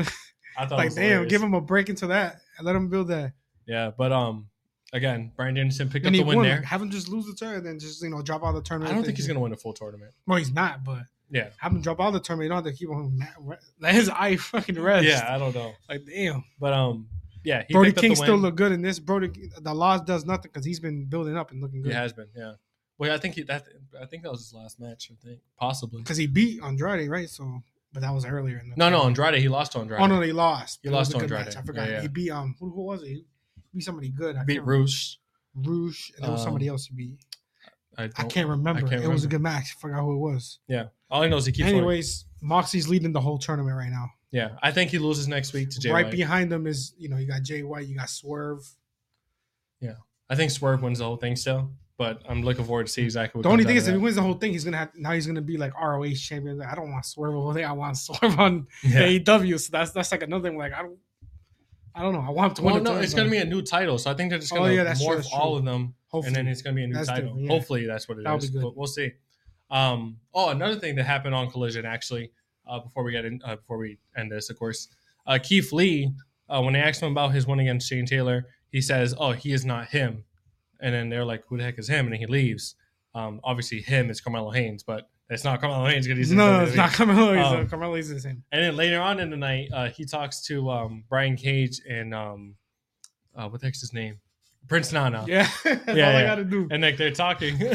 S2: I thought it
S3: like
S2: was
S3: damn,
S2: hilarious.
S3: give him a break into that. Let him build that.
S2: yeah, but um again Brian Danielson picked
S3: Then
S2: up
S3: he
S2: the win
S3: won.
S2: there.
S3: Like, have him just lose the tournament, then just you know drop out the
S2: I
S3: tournament.
S2: don't think he's gonna win a full tournament.
S3: Well, he's not, but
S2: Yeah.
S3: have him drop out the tournament. You don't have to keep him. mad- Let his eye fucking rest.
S2: Yeah, I don't know,
S3: like damn.
S2: but um, yeah, he
S3: Brody
S2: picked up
S3: King
S2: the win.
S3: still look good in this. Brody, the loss does nothing because he's been building up and looking
S2: He
S3: good.
S2: has been, yeah. Well, I think he that I think that was his last match. I think possibly.
S3: Because he beat Andrade, right? So, but that was earlier. In the
S2: No, no, Andrade. He lost to Andrade.
S3: Oh no, they lost.
S2: He
S3: It was
S2: lost
S3: a
S2: to
S3: good
S2: Andrade.
S3: I forgot.
S2: Yeah, yeah.
S3: He beat um, who, who was it? He beat somebody good. I
S2: beat
S3: can't remember.
S2: Rouge.
S3: Rouge, and there was
S2: Um,
S3: somebody else he beat.
S2: I,
S3: I
S2: don't-
S3: can't
S2: I
S3: remember. it
S2: can't
S3: was
S2: remember.
S3: a good match. I forgot who it was.
S2: All I know is he keeps. winning.
S3: Anyways, Moxie's leading the whole tournament right now.
S2: yeah, I think he loses next week to Jay.
S3: right
S2: White.
S3: behind him is you know you got Jay White, you got Swerve.
S2: I think Swerve wins the whole thing still, but I'm looking forward to see exactly. what
S3: the only
S2: comes
S3: thing
S2: out
S3: is, if he
S2: of
S3: wins the whole thing, he's gonna have now he's gonna be like ROH champion. Like, I don't want Swerve over there. I want Swerve on
S2: that. Yeah.
S3: AEW. So that's that's like another thing. Like I don't, I don't know. I want him to
S2: Well,
S3: win.
S2: no,
S3: the
S2: it's gonna be a new title, so I think they're just
S3: Oh,
S2: gonna
S3: yeah,
S2: morph
S3: that's true, that's true.
S2: all of them
S3: hopefully.
S2: and then it's going to be a new
S3: That's
S2: title.
S3: different, yeah.
S2: Hopefully, that's what it is.
S3: That'll be good.
S2: But we'll see. Um, oh, another thing that happened on Collision actually, uh, before we get in, uh, before we end this, of course, uh, Keith Lee, uh, when they asked him about his win against Shane Taylor, he says, "Oh, he is not him," and then they're like, "Who the heck is him?" And then he leaves. Um, obviously, him is Carmelo Haynes, but it's not Carmelo Haynes because he's in
S3: no, no,
S2: WWE.
S3: it's not Carmelo. He's,
S2: Um,
S3: uh, Carmelo is the same.
S2: And then later on in the night, uh, he talks to um, Brian Cage and um, uh, what the heck's his name, Prince Nana.
S3: Yeah, that's all I
S2: yeah.
S3: gotta do.
S2: and like they're talking.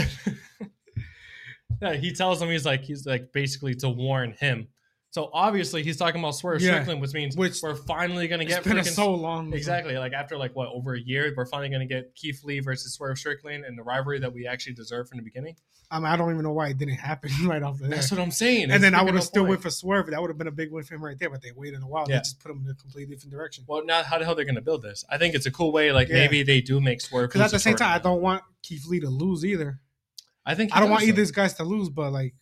S2: yeah, he tells him he's like he's like basically to warn him. So obviously he's talking about Swerve
S3: Yeah.
S2: Strickland, which means
S3: Which-
S2: we're finally gonna
S3: It's
S2: get
S3: been
S2: freaking-
S3: so long.
S2: exactly like after like what over a year we're finally gonna get Keith Lee versus Swerve Strickland and the rivalry that we actually deserve from the beginning.
S3: I, mean, I don't even know why it didn't happen right off the.
S2: That's what I'm saying.
S3: and then I
S2: It's freaking
S3: would
S2: no
S3: have still
S2: point.
S3: went for Swerve. That would have been a big win for him right there. But they waited a while. They
S2: Yeah.
S3: just put him in a completely different direction.
S2: Well, now how the hell they're gonna build this? I think it's a cool way. Like
S3: Yeah.
S2: maybe they do make Swerve
S3: Because
S2: lose
S3: at the same time, I
S2: tournament.
S3: don't want Keith Lee to lose either.
S2: I think he
S3: I don't
S2: does,
S3: want
S2: though.
S3: either of these guys to lose, but like,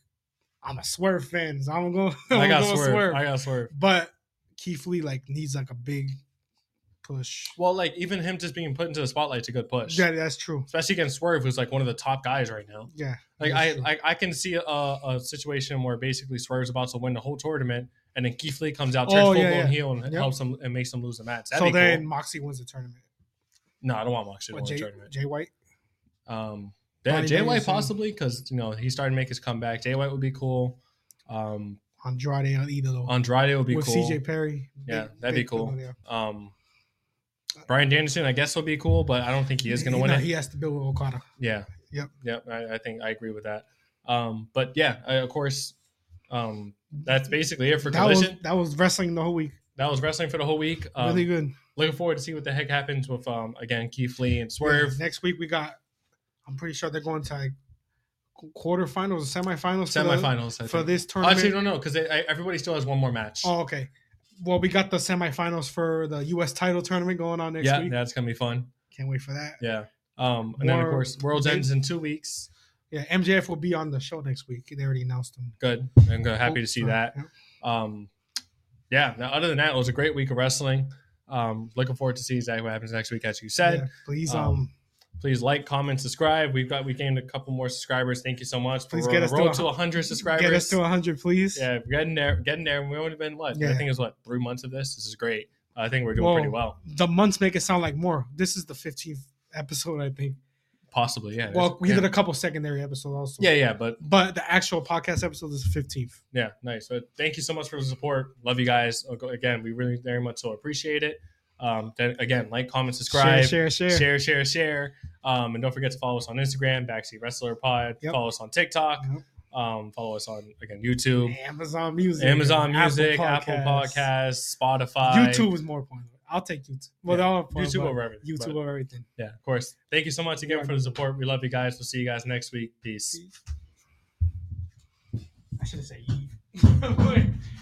S3: I'm a Swerve fan, so I'm going.
S2: I
S3: I'm
S2: got
S3: going
S2: Swerve. I got Swerve.
S3: but Keith Lee like needs like a big push.
S2: Well, like even him just being put into the spotlight's a good push.
S3: Yeah, that's true.
S2: especially against Swerve, who's like one of the top guys right now.
S3: Yeah,
S2: Like
S3: that's
S2: I,
S3: true.
S2: I, I can see a, a situation where basically Swerve's about to win the whole tournament, and then Keith Lee comes out, turns
S3: Oh,
S2: full
S3: yeah,
S2: blown
S3: yeah.
S2: heel, and
S3: Yep.
S2: helps him and makes him lose the match. That'd
S3: so
S2: be
S3: then
S2: cool.
S3: Moxie wins the tournament.
S2: No, I don't want Moxley to
S3: What,
S2: win the
S3: Jay,
S2: tournament.
S3: Jay White?
S2: Um, yeah,
S3: Bonnie
S2: Jay White
S3: Danielson.
S2: possibly because you know he started to make his comeback. Jay White would be cool. Um,
S3: Andrade on either though.
S2: Andrade would be
S3: With
S2: cool.
S3: CJ Perry.
S2: Yeah, that'd be cool.
S3: build there.
S2: Um, Brian Danielson, I guess, would be cool, but I don't think he is going to win
S3: No,
S2: it.
S3: He has to build with Okada.
S2: Yeah.
S3: Yep.
S2: Yep. I, I think I agree with that. Um, but yeah, I, of course, um, that's basically it for
S3: That was
S2: Collision.
S3: that was wrestling the whole week.
S2: that was wrestling for the whole week. Um,
S3: really good.
S2: Looking forward to see what the heck happens with um, again Keith Lee and Swerve.
S3: Yeah, next week we got. I'm pretty sure they're going to like qu- quarterfinals, or semifinals, for the-
S2: Semifinals I
S3: for
S2: think.
S3: this tournament.
S2: Actually, no, no, because everybody still has one more match.
S3: Oh, okay. Well, we got the semifinals for the U.S. title tournament going on next
S2: yeah,
S3: week.
S2: that's gonna be fun.
S3: Can't wait for that.
S2: Yeah. Um, and then of
S3: More-
S2: course, Worlds
S3: they-
S2: ends in two weeks.
S3: Yeah, MJF will be on the show next week. They already announced him. Oh,
S2: Good. I'm go- happy to see
S3: So,
S2: that.
S3: yeah.
S2: Um, yeah. Now, other than that, it was a great week of wrestling. Um, looking forward to see exactly what happens next week, as you said.
S3: Yeah, please, um,
S2: Um, please like, comment, subscribe. We've got we gained a couple more subscribers. Thank you so much.
S3: Please
S2: We're
S3: get
S2: on
S3: us
S2: the
S3: to
S2: road
S3: a-
S2: to 100 subscribers.
S3: um, get us to 100, please.
S2: yeah, we're getting there, getting there. And We've only been what? I
S3: Yeah.
S2: think it's what three months of this. This is great. I think we're doing
S3: Whoa.
S2: pretty well.
S3: The months make it sound like more. This is the 15th episode, I think.
S2: Possibly, yeah.
S3: Well, we
S2: yeah.
S3: did a couple secondary episodes also.
S2: yeah, yeah, but
S3: But the actual podcast episode is the 15th.
S2: yeah, nice. But thank you so much for the support. Love you guys. Oh, Again, we really very much so appreciate it. Um, then again, like, comment, subscribe.
S3: Share, share, share.
S2: share, share, share. Um, and don't forget to follow us on Instagram, Backseat Wrestler Pod.
S3: Yep.
S2: Follow us on TikTok.
S3: Yep.
S2: Um, follow us on again YouTube,
S3: Amazon Music.
S2: Amazon
S3: Apple
S2: Music, Apple Podcasts, Spotify,
S3: YouTube is more important. I'll take YouTube.
S2: Yeah.
S3: Well, they're all important,
S2: YouTube
S3: but
S2: over everything.
S3: YouTube
S2: but-
S3: over everything.
S2: yeah, of course. Thank you so much again
S3: Yeah.
S2: for the support. We love you guys. We'll see you guys next week. Peace.
S3: I should have said Eve.